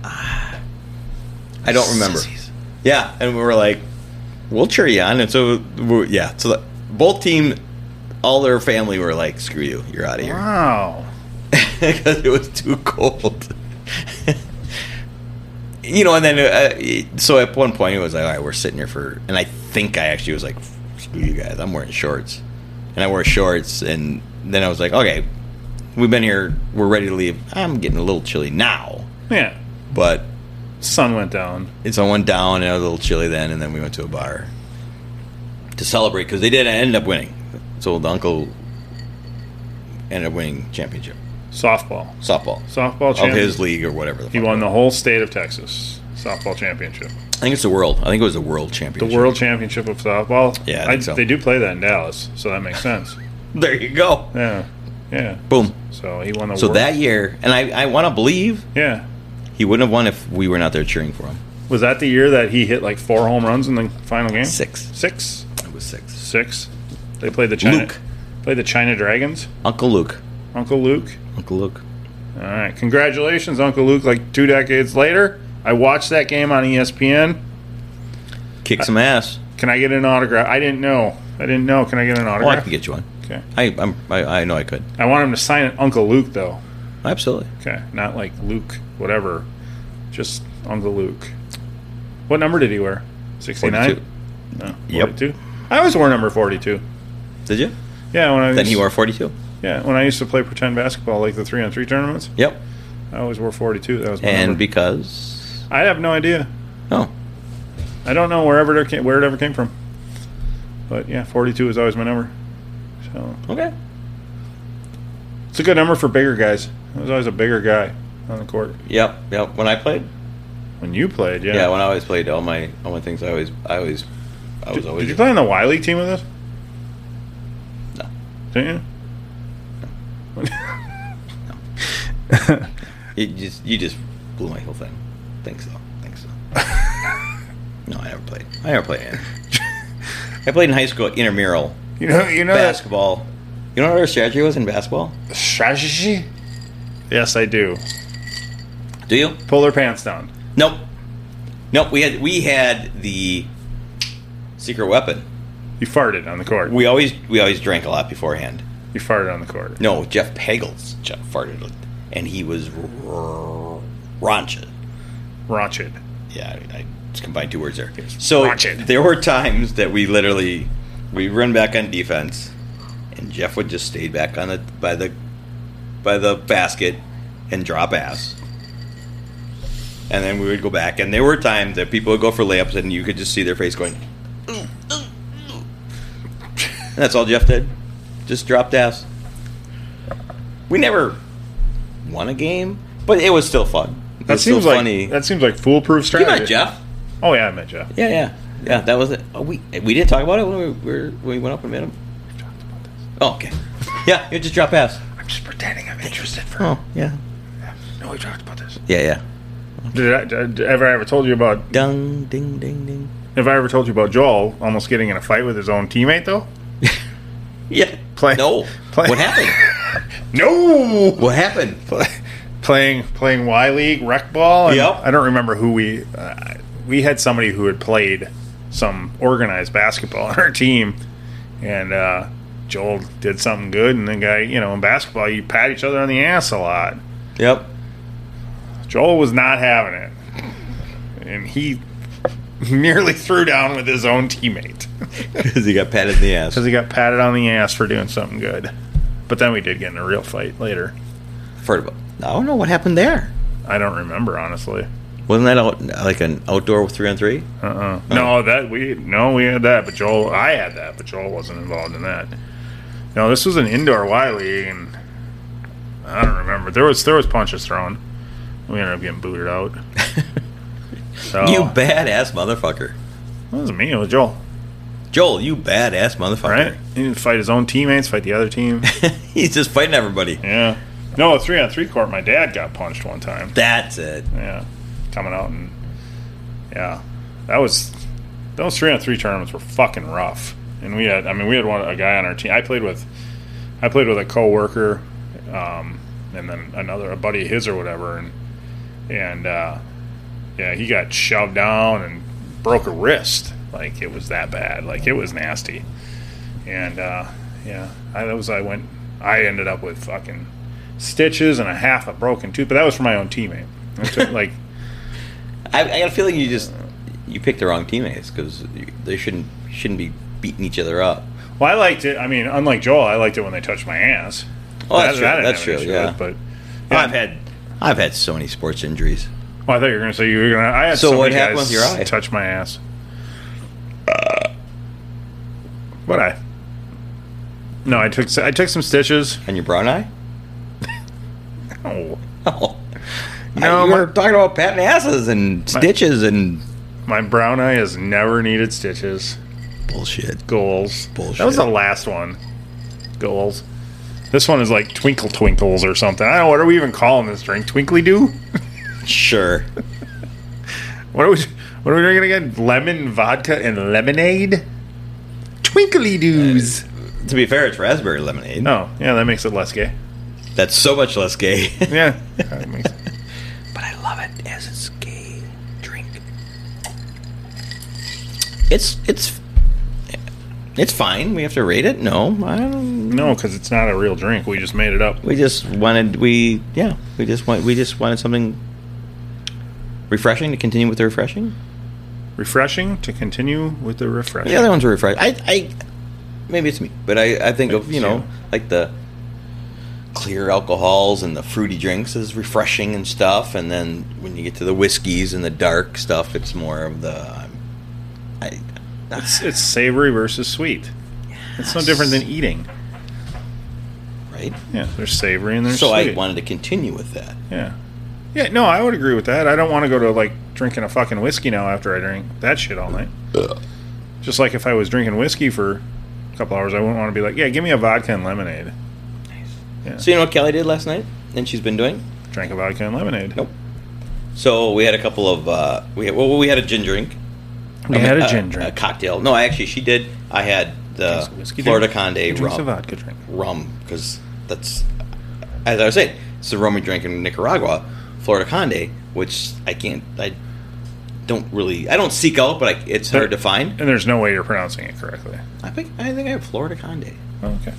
C: ah, I don't remember.
B: Sissies.
C: Yeah, and we were like, "We'll cheer you on." And so, we yeah, so the, both team, all their family were like, "Screw you, you're out of here,"
B: Wow.
C: because it was too cold. you know, and then uh, it- so at one point it was like, all right, we're sitting here for, and I think I actually was like, screw you guys, I'm wearing shorts, and I wore shorts, and then I was like, okay, we've been here, we're ready to leave. I'm getting a little chilly now,
B: Yeah.
C: but
B: Sun went down.
C: it's on one down, and I was a little chilly then, and then we went to a bar to celebrate because they did end up winning. So the uncle ended up winning championship
B: Softball.
C: softball
B: Softball
C: of
B: champion.
C: his league or whatever. The
B: He
C: fuck.
B: won the whole state of Texas softball championship.
C: I think it's the world. I think it was the world
B: The
C: championship.
B: world championship of softball.
C: Yeah, I think so.
B: They do play that in Dallas, so that makes sense.
C: There you go.
B: Yeah. Yeah.
C: Boom.
B: So he won the
C: So
B: world.
C: that year, and I, I want to believe
B: Yeah.
C: he wouldn't have won if we were not there cheering for him.
B: Was that the year that he hit like four home runs in the final game?
C: Six.
B: Six.
C: It was six.
B: Six. They played the China.
C: Luke.
B: Played the China Dragons.
C: Uncle Luke.
B: Uncle Luke.
C: Uncle Luke.
B: All right. Congratulations, Uncle Luke. Like two decades later, I watched that game on E ESPN. Uh,
C: Kick some ass.
B: Can I get an autograph? I didn't know. I didn't know. Can I get an
C: Oh, I
B: autograph?
C: can get you one.
B: okay.
C: I, I'm, I I know I could.
B: I want him to sign it, Uncle Luke, though.
C: Absolutely.
B: Okay. Not like Luke, whatever. Just Uncle Luke. What number did he wear? 69?
C: 42.
B: No.
C: Yep.
B: 42? I always wore number 42.
C: Did you?
B: Yeah, when I
C: Then
B: used,
C: he wore 42.
B: yeah when I used to play pretend basketball like the three on three tournaments,
C: Yep.
B: I always wore forty two. That was my
C: And
B: number.
C: because.
B: I have no idea.
C: Oh.
B: I don't know wherever it came, where it ever came from. But yeah, forty two is always my number. So
C: Okay.
B: it's a good number for bigger guys. I was always a bigger guy on the court
C: Yep. Yep. When I played?
B: when you played. Yeah.
C: Yeah, when I always played all my all my things, I always. I always. I was
B: did,
C: always.
B: did you play on the Y League team with us?
C: No.
B: Didn't you?
C: You just, you just blew my whole thing. Think so. Think so. no, I never played. I never played. in- I played in high school at intramural
B: you know. You know that
C: basketball. You know what our strategy was in basketball?
B: strategy. Yes, I do.
C: Do you?
B: Pull their pants down.
C: Nope. Nope. We had we had the secret weapon.
B: You farted on the court.
C: We always we always drank a lot beforehand.
B: You farted on the court.
C: No, Jeff Pagels Jeff farted, and he was r- raunchy.
B: Raunched.
C: Yeah, I, I just combined two words there. So
B: ratchet.
C: there were times that we literally we run back on defense, and Jeff would just stay back on the by the by the basket and drop ass. And then we would go back, and there were times that people would go for layups, and you could just see their face going. "Ooh, ooh, ooh." And that's all Jeff did, just dropped ass. We never won a game, but it was still fun. It
B: That
C: was still
B: seems like
C: funny.
B: that seems like foolproof
C: You
B: strategy.
C: met Jeff?
B: Oh yeah, I met Jeff.
C: Yeah, yeah, yeah. That was it. Oh, we we didn't talk about it when we were, when we went up and met him. Oh, okay. Yeah, you just drop ass.
B: I'm just pretending I'm interested for.
C: Oh, yeah,
B: No, we talked about this.
C: yeah, yeah.
B: Did I, did, did- have I ever told you about?
C: Dung, ding, ding, ding.
B: Have I ever told you about Joel almost getting in a fight with his own teammate though?
C: Yeah.
B: Play-
C: No.
B: play-
C: What happened?
B: No.
C: What happened?
B: playing playing Y League rec ball. and
C: Yep.
B: I don't remember who we uh, we had somebody who had played some organized basketball on our team, and uh, Joel did something good, and the guy, you know, in basketball you pat each other on the ass a lot.
C: Yep.
B: Joel was not having it. And he nearly threw down with his own teammate
C: Because he got patted in the ass
B: because he got patted on the ass for doing something good. But then we did get in a real fight later.
C: for about. I don't know what happened there.
B: I don't remember honestly.
C: Wasn't that out, like an outdoor three on three?
B: Uh-uh. No, that we no, we had that, but Joel I had that, but Joel wasn't involved in that. No, this was an indoor Y league and I don't remember. There was there was punches thrown. We ended up getting booted out. So,
C: You badass motherfucker,
B: it wasn't me, it was Joel.
C: Joel. You badass motherfucker.
B: Right? He didn't fight his own teammates, fight the other team.
C: He's just fighting everybody.
B: Yeah. No, a three on three court. My dad got punched one time.
C: That's it.
B: Yeah, coming out and yeah, that was those three on three tournaments were fucking rough. And we had, I mean, we had one a guy on our team. I played with, I played with a coworker, um, and then another a buddy of his or whatever, and and uh, yeah, he got shoved down and broke a wrist. Like it was that bad. Like it was nasty. And uh, yeah, I, that was I went. I ended up with fucking stitches and a half a broken tooth, but that was for my own teammate. I took, like
C: I, I got a feeling you just you picked the wrong teammates because they shouldn't shouldn't be beating each other up.
B: Well, I liked it. I mean, unlike Joel, I liked it when they touched my ass.
C: Oh, that's true.
B: I didn't
C: That's
B: have an
C: true,
B: issue
C: yeah.
B: with, but
C: I've had I've had so many sports injuries.
B: well, I thought you were going to say you were going to. I had
C: So
B: so
C: what
B: many
C: happened
B: guys
C: with your eye?
B: touch my ass. Uh, what eye? No, I took I took some stitches.
C: On your brown eye?
B: Oh,
C: No,
B: No,
C: you
B: my-
C: were talking about patting asses and stitches and
B: my brown eye has never needed stitches.
C: bullshit.
B: Goals.
C: Bullshit.
B: That was the last one. Goals. This one is like twinkle twinkles or something. I don't know. What are we even calling this drink? Twinkly do?
C: Sure.
B: What are we? What are we drinking again? Lemon vodka and lemonade. Twinkly doos.
C: to be fair, it's raspberry lemonade.
B: Oh, yeah, that makes it less gay.
C: That's so much less gay.
B: Yeah. That makes-
C: but I love it as it's gay drink. It's it's it's fine. We have to rate it. No, I don't.
B: no, because it's not a real drink. We just made it up.
C: We just wanted we yeah. We just want we just wanted something refreshing to continue with the refreshing.
B: Refreshing to continue with the refreshing.
C: The other ones are refreshing. I I maybe it's me, but I I think of you know
B: Yeah.
C: like the clear alcohols and the fruity drinks is refreshing and stuff, and then when you get to the whiskeys and the dark stuff, it's more of the um, I.
B: It's, it's savory versus sweet. It's no different than eating.
C: right?
B: Yeah, there's savory and there's
C: so
B: sweet.
C: I wanted to continue with that.
B: Yeah. Yeah, no, I would agree with that. I don't want to go to like drinking a fucking whiskey now after I drink that shit all night. Just like if I was drinking whiskey for a couple hours, I wouldn't want to be like, yeah, give me a vodka and lemonade.
C: So you know what Kelly did last night, and she's been doing.
B: Drank a vodka and lemonade.
C: Nope. So we had a couple of uh, we had, well we had a gin drink.
B: We
C: I mean,
B: had a gin
C: a
B: drink.
C: cocktail. No, actually she did. I had the
B: Drinks a whiskey
C: Florida
B: drink. He
C: Conde
B: drinks a
C: rum.
B: vodka drink.
C: rum because that's as I was saying, it's the rum we drink in Nicaragua, Florida Conde, which I can't, I don't really, I don't seek out, but I, it's hard to find.
B: And there's no way you're pronouncing it correctly. Oh,
C: I think I think I have Florida Conde.
B: Okay.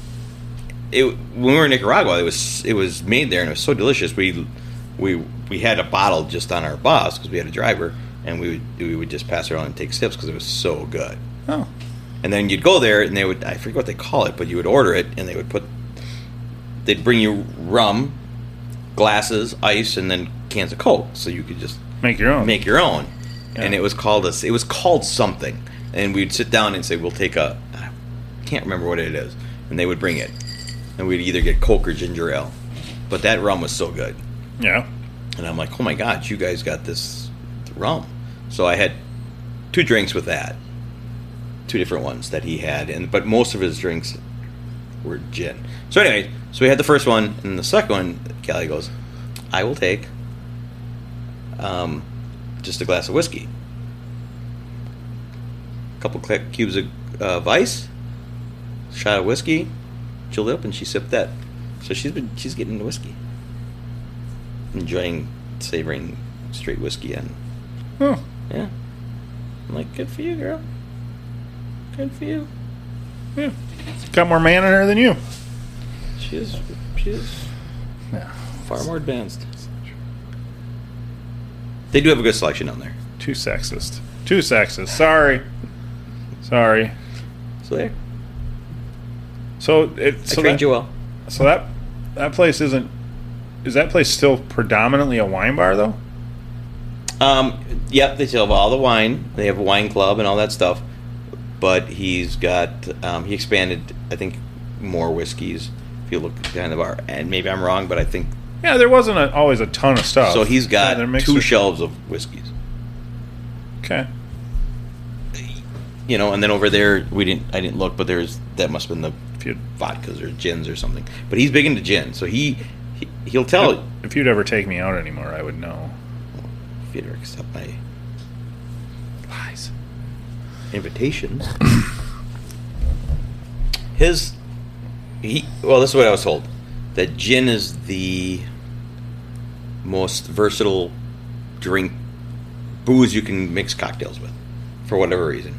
C: It when we were in Nicaragua, it was it was made there and it was so delicious. We we we had a bottle just on our bus because we had a driver, and we would we would just pass it around and take sips because it was so good.
B: Oh.
C: and then you'd go there and they would i forget what they call it but you would order it and they would put they'd bring you rum glasses ice and then cans of coke so you could just
B: Make your own.
C: make your own and
B: Yeah.
C: it was called us it was called something and we'd sit down and say we'll take a i can't remember what it is and they would bring it and we'd either get coke or ginger ale but that rum was so good
B: Yeah.
C: and i'm like oh my god you guys got this rum so i had two drinks with that two different ones that he had and but most of his drinks were gin so anyway so we had the first one and the second one callie goes i will take um, just a glass of whiskey a couple cl- cubes of, uh, of ice shot of whiskey chilled it up and she sipped that so she's been she's getting into whiskey enjoying savoring straight whiskey and
B: Oh.
C: yeah. I'm like, good for you, girl. Good for you.
B: Yeah. Got more man in her than you.
C: She is, she is
B: Yeah.
C: far more advanced. They do have a good selection down there.
B: Too sexist. Too sexist. Sorry. Sorry.
C: So there.
B: So it so
C: I trained
B: that,
C: you well.
B: So that that place isn't is that place still predominantly a wine bar though?
C: Um, yep, they still have all the wine. They have a wine club and all that stuff. But he's got, um, he expanded, I think, more whiskeys if you look behind the bar. And maybe I'm wrong, but I think.
B: Yeah, there wasn't a, always a ton of stuff.
C: So he's
B: Oh. Yeah,
C: got
B: they're mixed
C: two
B: with-
C: shelves of whiskeys.
B: Okay.
C: You know, and then over there, we didn't, I didn't look, but there's, that must have been the
B: If you'd
C: vodkas or gins or something. But he's big into gin, so he, he he'll tell you
B: if you'd ever take me out anymore, I would know.
C: if you'd accept my lies invitations. His he well, this is what I was told that gin is the most versatile drink booze you can mix cocktails with for whatever reason.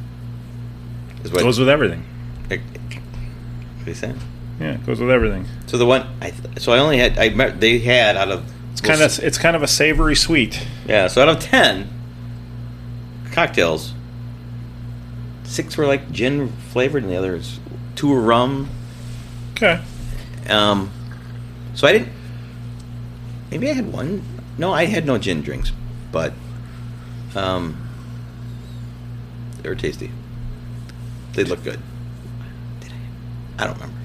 C: Is
B: It
C: what
B: goes with everything.
C: like, what he said.
B: Yeah, it goes with everything.
C: So the one I th- so I only had I met, they had out of
B: It's kind of it's kind of a savory sweet.
C: Yeah, so out of 10, cocktails. Six were like gin flavored, and the others two were rum.
B: Okay.
C: Um, so I didn't. Maybe I had one. No, I had no gin drinks, but um, they were tasty. They looked good. Did I? I don't remember.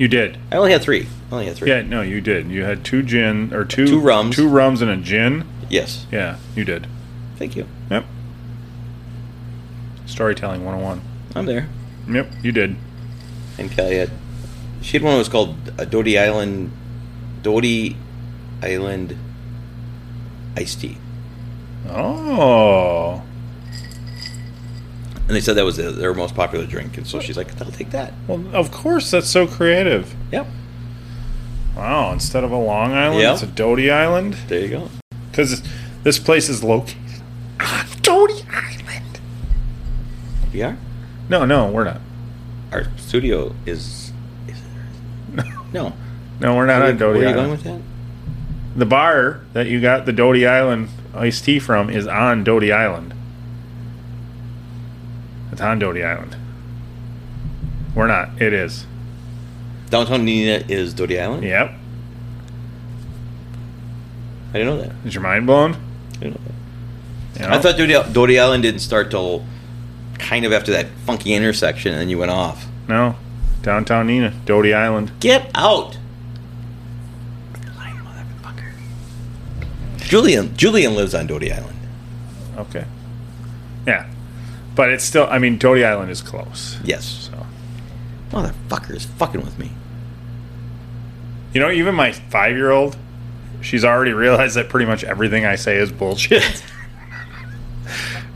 B: You did.
C: I only had three. I only had three.
B: Yeah, no, you did. You had two gin or two
C: Two rums.
B: two rums and a gin.
C: Yes.
B: Yeah, you did.
C: Thank you.
B: Yep. Storytelling 101.
C: I'm there.
B: Yep, you did.
C: And Kelly had. She had one that was called uh, Doty Island. Doty Island iced tea.
B: Oh.
C: And they said that was their- their most popular drink. And so she's like, I'll take that.
B: Well, of course that's so creative.
C: Yep.
B: Wow, instead of a Long Island,
C: Yeah.
B: it's a Doty Island.
C: There you go.
B: Because this place is located on Doty Island.
C: We are.
B: No, no, we're not.
C: Our studio is. is it, no.
B: No, we're not
C: Where-
B: on Doty
C: where are
B: Island.
C: you going with that?
B: The bar that you got the Doty Island iced tea from is on Doty Island. It's on Doty Island. We're not. It is.
C: Downtown Nina is Doty Island?
B: Yep.
C: I didn't know that.
B: Is your mind blown?
C: I didn't know that.
B: You know?
C: I thought Doty, Doty Island didn't start till kind of after that funky intersection and then you went off.
B: No. Downtown Nina, Doty Island.
C: Get out! You're lying, motherfucker. Julian Julian lives on Doty Island.
B: Okay. Yeah. But it's still, I mean, Doty Island is close.
C: Yes.
B: So,
C: Motherfucker is fucking with me.
B: you know, even my five year old, she's already realized that pretty much everything I say is bullshit.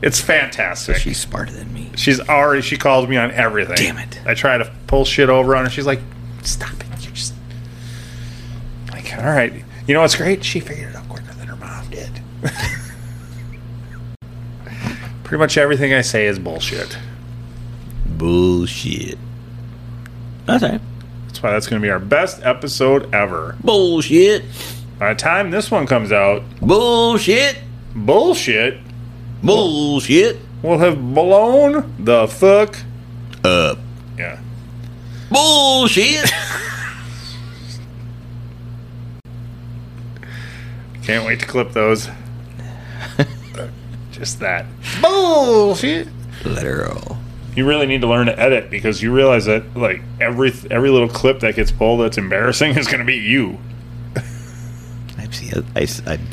B: it's fantastic.
C: She's smarter than me.
B: She's already. She calls me on everything.
C: Damn it.
B: I try to pull shit over on her. She's like, "Stop it! You're just like, all right. You know what's great? She figured it out quicker than her mom did. Pretty much everything I say is bullshit.
C: Bullshit. That's right.
B: That's why that's going to be our best episode ever.
C: Bullshit.
B: By the time this one comes out,
C: Bullshit.
B: bullshit
C: Bullshit.
B: will have blown the fuck.
C: Up.
B: Yeah.
C: Bullshit.
B: Can't wait to clip those. Just that bullshit.
C: Literal.
B: you really need to learn to edit because you realize that like every every little clip that gets pulled that's embarrassing is going to be you.
C: I see. I, I, am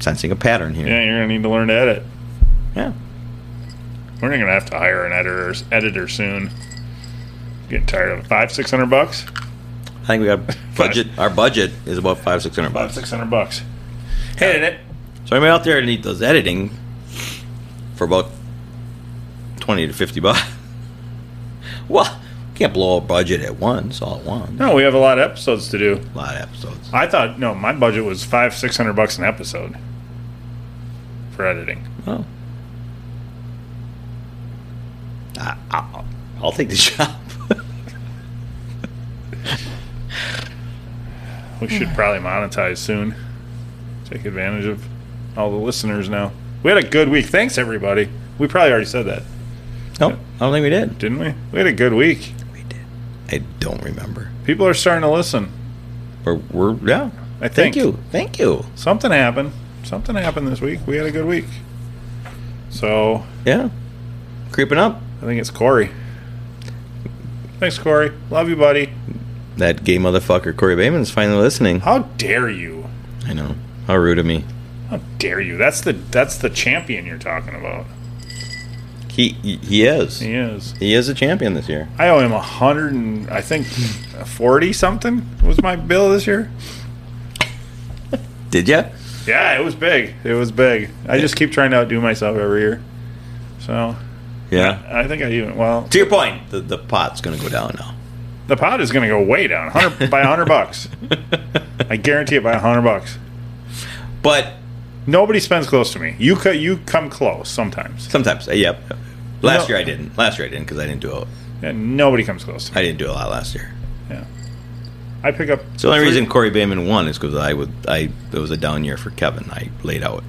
C: sensing a pattern here.
B: Yeah, you're going to need to learn to edit.
C: Yeah.
B: We're not going to have to hire an editor editor soon. Getting tired of it. five six hundred bucks.
C: I think we got budget. Our budget is about five six hundred
B: Five
C: bucks.
B: six hundred bucks. Hey, it.
C: So anybody out there that need those editing for about twenty to fifty bucks? Well, we can't blow our budget at once, all at once.
B: No, we have a lot of episodes to do.
C: A lot of episodes.
B: I thought no, my budget was five six hundred bucks an episode for editing.
C: Oh. I, I, I'll take the job.
B: We should probably monetize soon. Take advantage of all the listeners now. We had a good week. Thanks everybody. We probably already said that.
C: nope, I don't think we did.
B: didn't we? We had a good week.
C: We did. I don't remember.
B: People are starting to listen.
C: We're, we're yeah.
B: I think
C: Thank you. Thank you.
B: something happened. Something happened this week. We had a good week. So
C: Yeah. Creeping up.
B: I think it's Corey. Thanks, Corey. Love you, buddy.
C: That gay motherfucker Corey Bateman's finally listening.
B: How dare you?
C: I know. How rude of me.
B: How dare you? That's the that's the champion you're talking about.
C: He he is.
B: He is.
C: He is a champion this year.
B: I owe him a hundred and I think forty something was my bill this year.
C: Did ya?
B: Yeah, it was big. It was big. I just keep trying to outdo myself every year. So
C: Yeah.
B: I think I even well
C: To your point, the, the pot's gonna go down now.
B: The pot is going to go way down 100, by 100 bucks. I guarantee it by 100 bucks.
C: But
B: Nobody spends close to me. You co- you come close sometimes.
C: sometimes, uh, yep. Last
B: No.
C: year I didn't. Last year I didn't because I didn't do a,
B: And nobody comes close to me.
C: I didn't do a lot last year.
B: Yeah. I pick up.
C: So the only
B: three-
C: reason Corey Bateman won is because I would I it was a down year for Kevin. I laid out.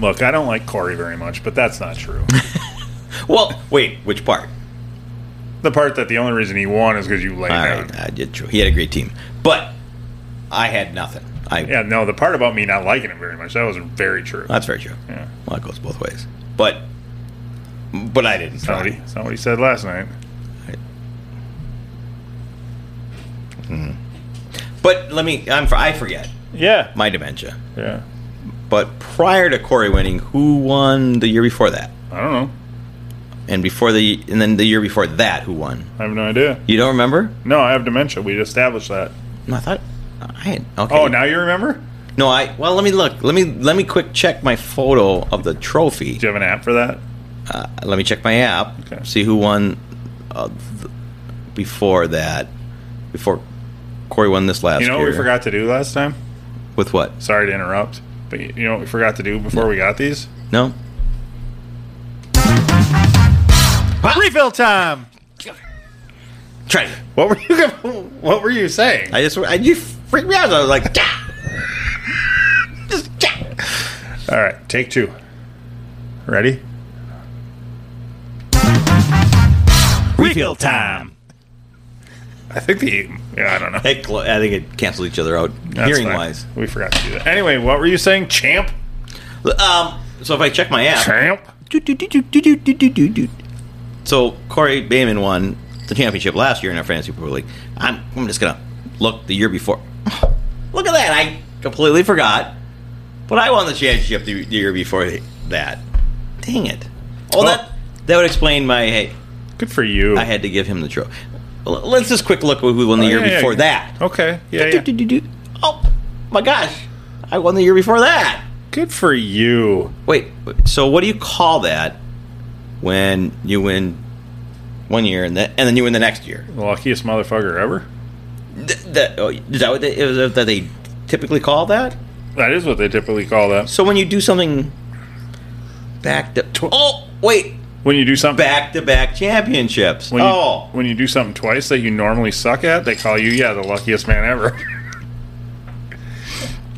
B: Look, I don't like Corey very much, but that's not true.
C: Well, wait, which part?
B: the part that the only reason he won is because you laid
C: All
B: down.
C: right, I did true. He had a great team, but I had nothing. I
B: Yeah, no, the part about me not liking him very much, that was very true.
C: that's very true.
B: yeah.
C: Well, it goes both ways, but but I didn't
B: It's not,
C: try.
B: what he, it's not what he said last night.
C: But let me. I'm. I forget
B: Yeah.
C: my dementia.
B: Yeah.
C: But prior to Corey winning, who won the year before that?
B: I don't know.
C: And before the and then the year before that, who won?
B: I have no idea.
C: You don't remember?
B: No, I have dementia. We established that.
C: No, I thought I had. Okay.
B: Oh, now you remember?
C: No, I. Well, let me look. Let me let me quick check my photo of the trophy.
B: Do you have an app for that?
C: Uh, let me check my app.
B: Okay.
C: See who won uh, th- before that. Before Corey won this last
B: You know
C: year.
B: what we forgot to do last time?
C: With what?
B: Sorry to interrupt, but you you know what we forgot to do before we got these?
C: No.
B: Refill time.
C: Try it.
B: What were you? gonna- What were you saying?
C: I just I, you freaked me out. I was like, "Gah!" just "Gah!"
B: All right, take two. Ready?
C: refill
B: I think the yeah, I don't know.
C: It clo- I think it canceled each other out
B: That's
C: hearing
B: fine.
C: wise.
B: we forgot to do that. Anyway, what were you saying, champ?
C: Um, so if I check my app,
B: Champ.
C: so Corey Bayman won the championship last year in our fantasy football league. I'm I'm just gonna look the year before. look at that! I completely forgot, but I won the championship the, the year before that. Dang it! Oh,
B: Oh.
C: that that would explain my hey.
B: Good for you.
C: I had to give him the trophy. L- Let's just quick look who won the
B: Oh,
C: year
B: yeah, yeah,
C: before
B: yeah.
C: that.
B: Okay. Yeah, yeah.
C: Oh my gosh, I won the year before that.
B: Good for you.
C: Wait, so what do you call that when you win one year and then and then you win the next year?
B: The luckiest motherfucker ever.
C: Th- that- oh, is that what they, is that what they typically call that?
B: That is what they typically call that.
C: So when you do something back to oh wait
B: When you do something
C: back to back championships.
B: when you,
C: oh
B: when you do something twice that you normally suck at, they call you yeah the luckiest man ever.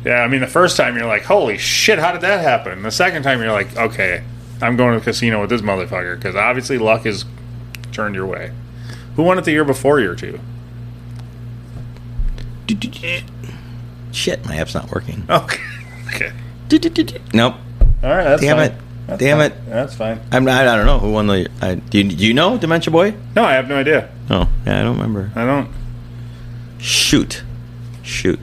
B: yeah, I mean the first time you're like, holy shit, how did that happen? The second time you're like, okay, I'm going to the casino with this motherfucker because obviously luck is turned your way. Who won it the year before year two?
C: shit, my app's not working.
B: Okay, okay,
C: Nope,
B: all right, that's
C: Damn
B: fine.
C: it. Damn
B: fine.
C: it.
B: that's fine.
C: I'm not, I don't know who won the. I, do, you, do you know Dementia Boy?
B: No, I have no idea.
C: Oh yeah, I don't remember.
B: I don't.
C: Shoot, shoot.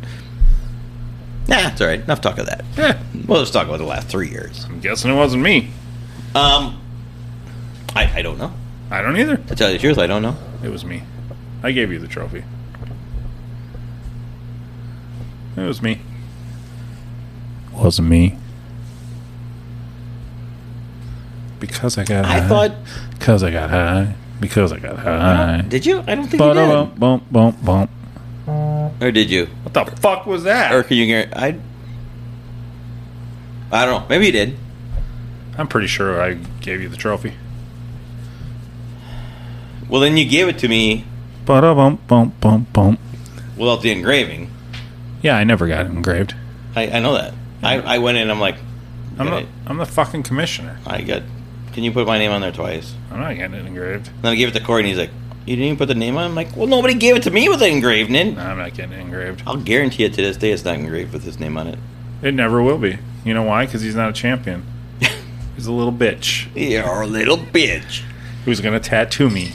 C: Nah, it's all right. Enough talk of that.
B: Eh,
C: Well, let's talk about the last three years.
B: I'm guessing it wasn't me.
C: Um, I, I don't know.
B: I don't either.
C: To tell you the truth, I don't know.
B: It was me. I gave you the trophy. It was me. Wasn't me. Because I got
C: I
B: high.
C: thought-
B: Because I got high. Because I got high.
C: Did you? I don't think you did.
B: Bump, bump, bump, bump.
C: Or did you?
B: What the fuck was that?
C: Or can you guarantee? I. I don't know. Maybe you did.
B: I'm pretty sure I gave you the trophy.
C: Well, then you gave it to me
B: Ba bump, bump, bump, bump.
C: without the engraving.
B: Yeah, I never got it engraved.
C: I, I know that. I, I went in. I'm like,
B: I'm,
C: got
B: the,
C: it.
B: I'm the fucking commissioner.
C: I got. Can you put my name on there twice?
B: I'm not getting it engraved.
C: And then I gave it to Corey, and he's like, "You didn't even put the name on." it?" I'm like, "Well, nobody gave it to me with it engraved in." it."
B: No, I'm not getting it engraved.
C: I'll guarantee it to this day it's not engraved with his name on it.
B: It never will be. You know why? Because he's not a champion. he's a little bitch
C: You're a little bitch.
B: who's gonna tattoo me.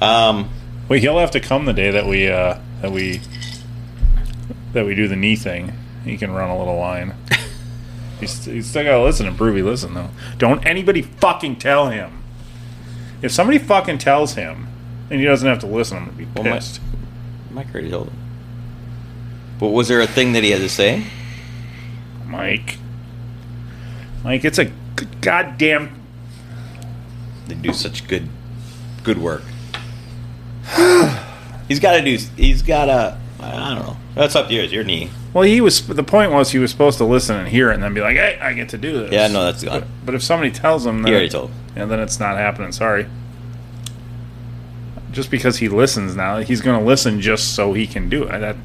C: Um,
B: Wait, he'll have to come the day that we uh, that we that we do the knee thing. He can run a little line. he's, he's still gotta listen and prove he listened though. Don't anybody fucking tell him. If somebody fucking tells him, and he doesn't have to listen, I'm gonna be
C: Well, my-
B: pissed.
C: Mike already told him. But was there a thing that he had to say?
B: Mike, Mike, it's a g- goddamn.
C: They do such good, good work. he's got to do. He's got to. I don't know. That's up to you. It's your knee.
B: Well, he was. The point was he was supposed to listen and hear it, and then be like, "Hey, I get to do this."
C: Yeah, no, that's
B: But,
C: gone.
B: but if somebody tells him,
C: He
B: then
C: already told. him.
B: and then it's not happening. Sorry. just because he listens now, he's going to listen just so he can do it. That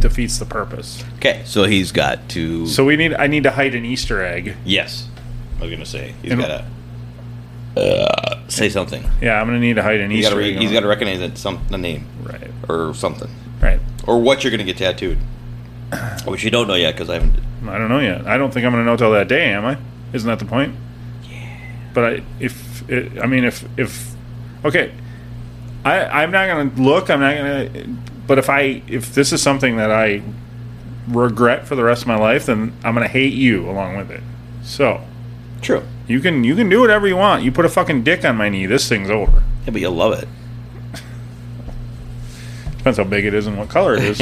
B: defeats the purpose.
C: Okay, so he's got to.
B: So we need. I need to hide an Easter egg.
C: yes, I was gonna say he's
B: And-
C: got to uh, say something.
B: Yeah, I'm going to need to hide an
C: He's got
B: Easter
C: to
B: egg.
C: he's
B: on-
C: got to recognize that some the name
B: Right.
C: or something
B: Right.
C: or what you're gonna get tattooed, which you don't know yet because I haven't.
B: I don't know yet. I don't think I'm going to know till that day, am I? Isn't that the point? Yeah. But I, if it, I mean, if if okay, I I'm not going to look. I'm not going to. But if I if this is something that I regret for the rest of my life, then I'm going to hate you along with it. So
C: True.
B: you can you can do whatever you want. You put a fucking dick on my knee, this thing's over.
C: Yeah, but you'll love it.
B: Depends how big it is and what color it is.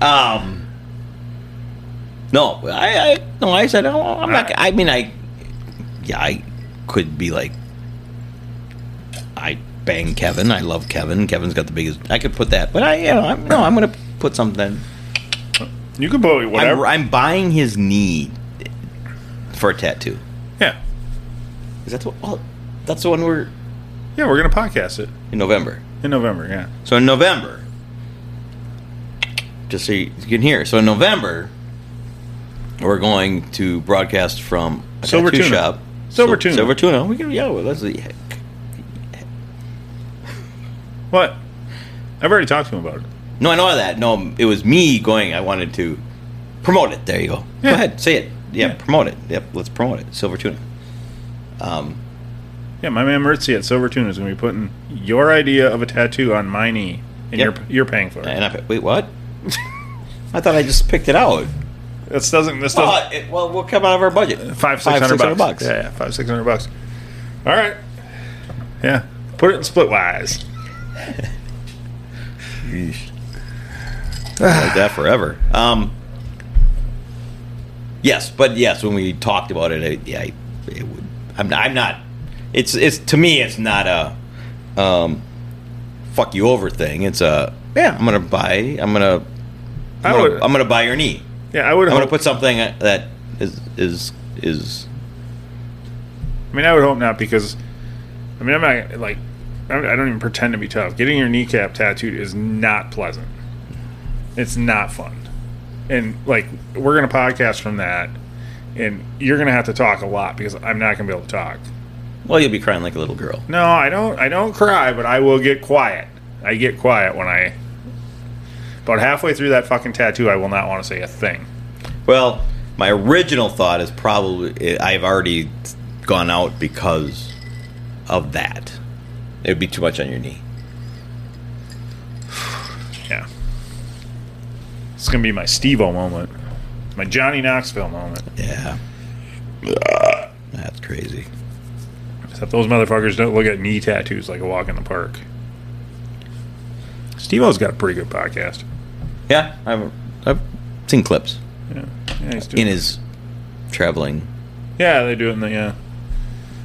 C: Um. No, I, I no, I said oh, I'm not. I mean, I yeah, I could be like, I bang Kevin. I love Kevin. Kevin's got the biggest. I could put that, but I you know, I'm, no, I'm gonna put something.
B: you can put
C: I'm,
B: whatever.
C: I'm buying his knee for a tattoo.
B: Yeah,
C: Is that the well, that's the one we're
B: yeah. We're gonna podcast it
C: in November.
B: in November. Yeah.
C: So in November, just so you you can hear. So in November, we're going to broadcast from a
B: Silver
C: tattoo
B: Tuna.
C: shop.
B: Silver
C: Sil-
B: Tuna.
C: Silver Tuna. Oh, We can yeah. Well, that's the
B: What? I've already talked to him about it.
C: no. I know that. No, it was me going. I wanted to promote it. There you go.
B: Yeah.
C: Go ahead, say it. Yeah,
B: Yeah.
C: promote it. Yep, let's promote it. Silver Tuna. Um,
B: Yeah, my man Mertzi at Silver Tuna is going to be putting your idea of a tattoo on my knee, and
C: Yep.
B: you're you're paying for it.
C: and I wait, what? I thought I just picked it out.
B: This doesn't. This doesn't.
C: Well, it, well, we'll come out of our budget.
B: five six
C: Five,
B: hundred bucks.
C: bucks.
B: Yeah, yeah, five six hundred bucks. All right. Yeah, put it in splitwise.
C: Yeesh. like that forever. Um, yes, but yes, when we talked about it, I, yeah, I, it would. I'm not, I'm not. It's it's to me, it's not a um, fuck you over thing. It's a yeah. I'm gonna buy. I'm gonna.
B: I
C: I'm gonna,
B: would-
C: I'm gonna buy your knee.
B: Yeah, I would.
C: I'm
B: Hope,
C: gonna put something that is is is.
B: I mean, I would hope not because, I mean, I'm not like, I don't I don't even pretend to be tough. Getting your kneecap tattooed is not pleasant. It's not fun, and like we're gonna podcast from that, and you're gonna have to talk a lot because I'm not gonna be able to talk.
C: Well, you'll be crying like a little girl.
B: No, I don't. I don't cry, but I will get quiet. I get quiet when I. About halfway through that fucking tattoo, I will not want to say a thing.
C: Well, my original thought is probably I've already gone out because of that. It would be too much on your knee.
B: Yeah, it's gonna be my Steve-O moment, my Johnny Knoxville moment.
C: Yeah. That's crazy.
B: Except those motherfuckers don't look at knee tattoos like a walk in the park. Steve O's got a pretty good podcast.
C: Yeah, I've, I've seen clips
B: Yeah, yeah, he's doing,
C: in his traveling
B: yeah they do it in the yeah.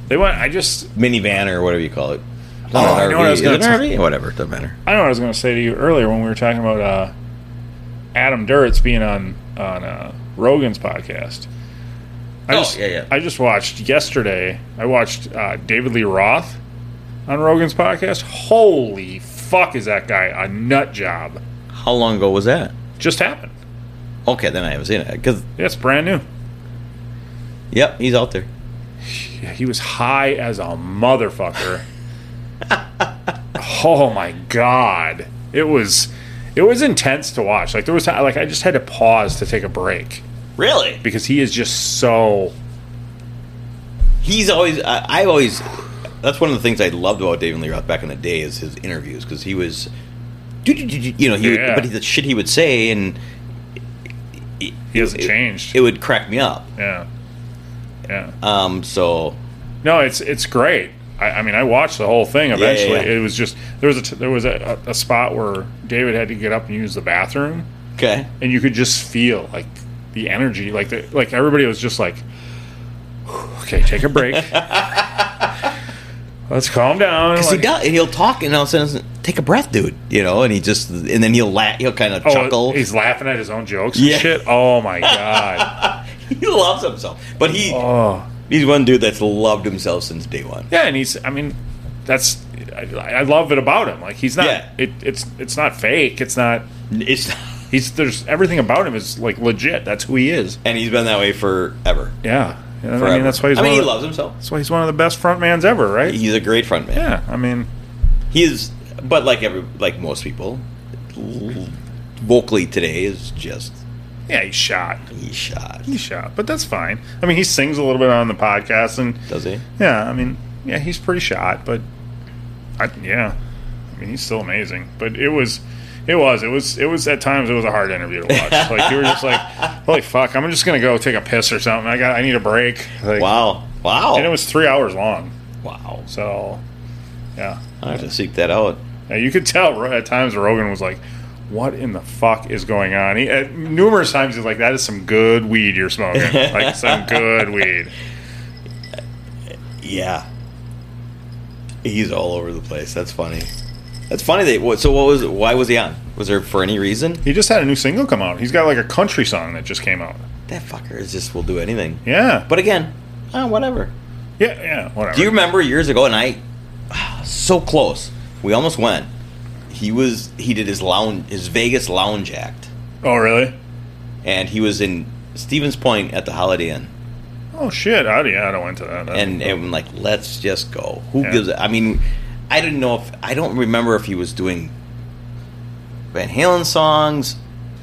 B: They want. I just.
C: minivan or whatever you call it. It's
B: Oh,
C: not an
B: I know what I was
C: Is it
B: gonna
C: an RV? Whatever, doesn't matter.
B: I know what I was going to say to you earlier when we were talking about uh, Adam Duritz being on on uh, Rogan's podcast. I
C: Oh,
B: just,
C: yeah, yeah.
B: I just watched yesterday. I watched uh, David Lee Roth on Rogan's podcast. Holy fuck, is that guy a nut job?
C: How long ago was that?
B: Just happened.
C: Okay, then I haven't seen it. Because,
B: Yeah, it's brand new.
C: yep, he's out there.
B: Yeah, he was high as a motherfucker. oh my god, it was it was intense to watch. Like there was like I just had to pause to take a break
C: Really?
B: because he is just so
C: he's always I, I always that's one of the things I loved about David Lee Roth back in the day is his interviews because he was you know he
B: Yeah.
C: would, but the shit he would say and
B: he hasn't
C: it-
B: changed.
C: it would crack me up
B: yeah, yeah.
C: um so
B: No, it's it's great. I, I mean, I watched the whole thing.
C: yeah,
B: Eventually,
C: yeah.
B: it was just there was a t- there was a, a, a spot where David had to get up and use the bathroom.
C: okay
B: and you could just feel like the energy, like the like everybody was just like, okay, take a break, let's calm down.
C: because
B: Like,
C: he does and he'll talk and all of a sudden take a breath dude you know and he just and then he'll laugh he'll kind of
B: oh,
C: chuckle
B: he's laughing at his own jokes and
C: Yeah.
B: shit. Oh my god!
C: he loves himself but he
B: Oh,
C: He's one dude that's loved himself since day one.
B: Yeah, and he's. I mean, that's. I, I love it about him. Like he's not.
C: Yeah.
B: It, it's it's not fake. It's not.
C: It's
B: He's there's everything about him is like legit. That's who he is.
C: and he's been that way forever.
B: Yeah. And
C: Forever.
B: I mean that's why he's.
C: I mean,
B: one
C: he
B: of the-
C: loves himself.
B: That's why he's one of the best frontmans ever, right?
C: He's a great frontman.
B: yeah. I mean,
C: He is, but like every like most people, l- vocally today is just
B: yeah. He's shot.
C: he shot.
B: He's shot, but that's fine. I mean, he sings a little bit on the podcast, and
C: Does he?
B: yeah. I mean, yeah, he's pretty shot, but I, yeah. I mean, he's still amazing. But it was. It was. It was. It was. At times, it was a hard interview to watch. Like you were just like, "Holy fuck! I'm just gonna go take a piss or something. I got. I need a break." Like,
C: Wow! Wow!
B: And it was three hours long.
C: wow!
B: So, yeah.
C: I have to seek that out.
B: Now, you could tell ro- at times Rogan was like, "What in the fuck is going on?" He, at numerous times he's like, "That is some good weed you're smoking. like some good weed."
C: Yeah, he's all over the place. That's funny. That's funny. They what? So what was? Why was he on? Was there for any reason?
B: He just had a new single come out. He's got like a country song that just came out.
C: That fucker is just will do anything.
B: Yeah,
C: But again, ah, whatever.
B: yeah, yeah, whatever.
C: Do you remember years ago? And I, so close. We almost went. He was. He did his lounge, his Vegas lounge act,
B: oh, really?
C: and he was in Stevens Point at the Holiday Inn.
B: Oh shit! I, yeah, I don't went to that. That-
C: and and like let's just go. Who
B: Yeah.
C: gives? A, I mean, I didn't know if I don't remember if he was doing Van Halen songs,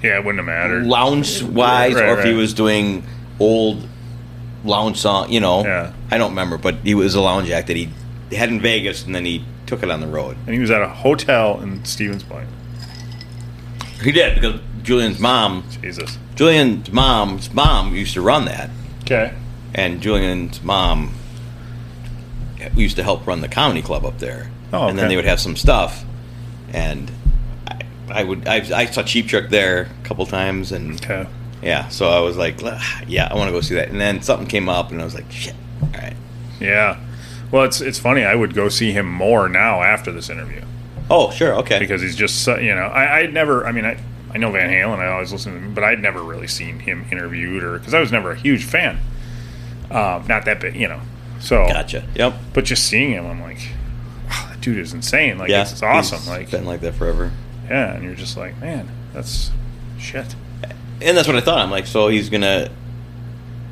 B: yeah, it wouldn't have mattered.
C: lounge wise,
B: Right,
C: or if he
B: right.
C: was doing old lounge song. You know,
B: Yeah.
C: I don't remember, but he was a lounge act that he had in Vegas, and then he took it on the road.
B: and he was at a hotel in Stevens Point.
C: He did because Julian's mom,
B: Jesus.
C: Julian's mom's mom used to run that,
B: Okay.
C: and Julian's mom used to help run the comedy club up there.
B: Oh,
C: And then
B: okay.
C: they would have some stuff, and I, I would I, I saw Cheap Trick there a couple times, and
B: Okay.
C: yeah, so I was like, "Ah, yeah, I want to go see that. And then something came up, and I was like, shit, all right.
B: Yeah. Well, it's it's funny. I would go see him more now after this interview.
C: Oh, sure, okay.
B: because he's just so- you know I I had never I mean I I know Van Halen I always listen to him but I'd never really seen him interviewed or because I was never a huge fan um, not that big you know so
C: gotcha. Yep.
B: but just seeing him I'm like wow that dude is insane like
C: yeah,
B: it's, it's awesome
C: he's
B: like
C: been like that forever.
B: yeah and you're just like man that's shit
C: And that's what I thought. I'm like, so he's gonna,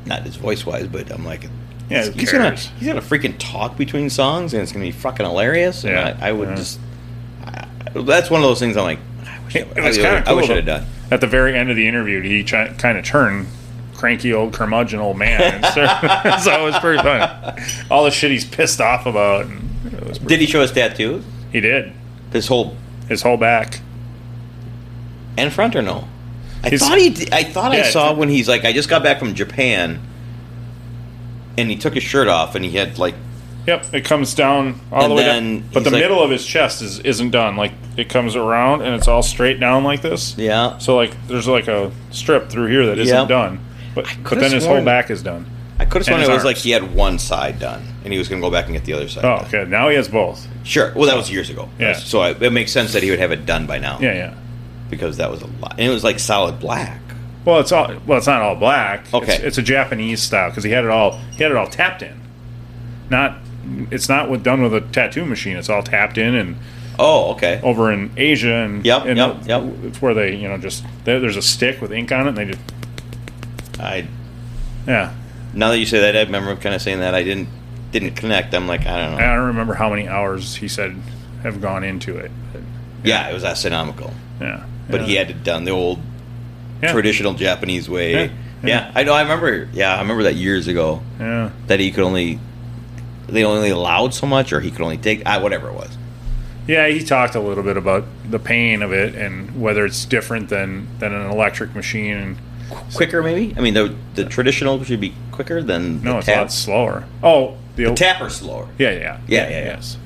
C: not his voice wise, but I'm like,
B: Yeah,
C: he's,
B: who
C: he's gonna
B: cares?
C: he's gonna freaking talk between songs, and it's gonna be fucking hilarious. And
B: Yeah,
C: I, I would
B: yeah.
C: just, I, that's one of those things. I'm like, I wish I,
B: it, it was
C: I,
B: kind of cool
C: I wish
B: though.
C: I'd have done.
B: at the very end of the interview he ch- kind of turned cranky old curmudgeon old man and so, so it was pretty fun all the shit he's pissed off about and it was pretty,
C: Did he show his tattoos?
B: he did
C: His whole
B: his whole back
C: and front or no? I
B: His-
C: thought he. Did, I thought
B: Yeah,
C: I saw
B: it's-
C: when he's like, I just got back from Japan, and he took his shirt off, and he had like,
B: Yep, it comes down all
C: And
B: the way
C: then
B: down. But
C: he's
B: the
C: like-
B: middle of his chest is isn't done. Like it comes around and it's all straight down like this.
C: yeah.
B: So like there's like a strip through here that isn't
C: Yep.
B: done. But but
C: could've
B: then his
C: sworn-
B: whole back is done.
C: I could
B: And
C: have sworn
B: his
C: it was
B: arms.
C: like he had one side done, and he was gonna go back and get the other side.
B: Oh,
C: done.
B: okay. Now he has both.
C: Sure. Well, that was years ago.
B: Yeah.
C: So I, it makes sense that he would have it done by now.
B: Yeah, yeah.
C: Because that was a lot, and it was like solid black.
B: Well, it's all well, it's not all black. It's-
C: Okay.
B: It's, a Japanese style because he had it all he had it all tapped in. Not it's not with, done with a tattoo machine. It's all tapped in and
C: Oh, okay.
B: over in Asia and
C: Yep,
B: and
C: yep, yep.
B: It's where they you know just there, there's a stick with ink on it and they just
C: I
B: yeah
C: now that you say that, I remember kind of saying that I didn't didn't connect. I'm like, I don't know.
B: I don't remember how many hours he said have gone into it.
C: yeah, it was astronomical,
B: Yeah,
C: but
B: yeah.
C: he had it done the old
B: yeah.
C: traditional Japanese way.
B: Yeah,
C: Yeah.
B: yeah.
C: I know. I remember. Yeah, I remember that years ago
B: Yeah,
C: that he could only they only allowed so much, or he could only take I, whatever it was.
B: yeah. He talked a little bit about the pain of it and whether it's different than than an electric machine. And
C: Quicker, maybe. I mean, the the traditional should be quicker than
B: no,
C: the
B: it's a
C: tap.
B: lot slower. Oh, the,
C: The
B: old-
C: tapper slower.
B: Yeah, yeah,
C: Yeah, yeah, yeah.
B: Yes.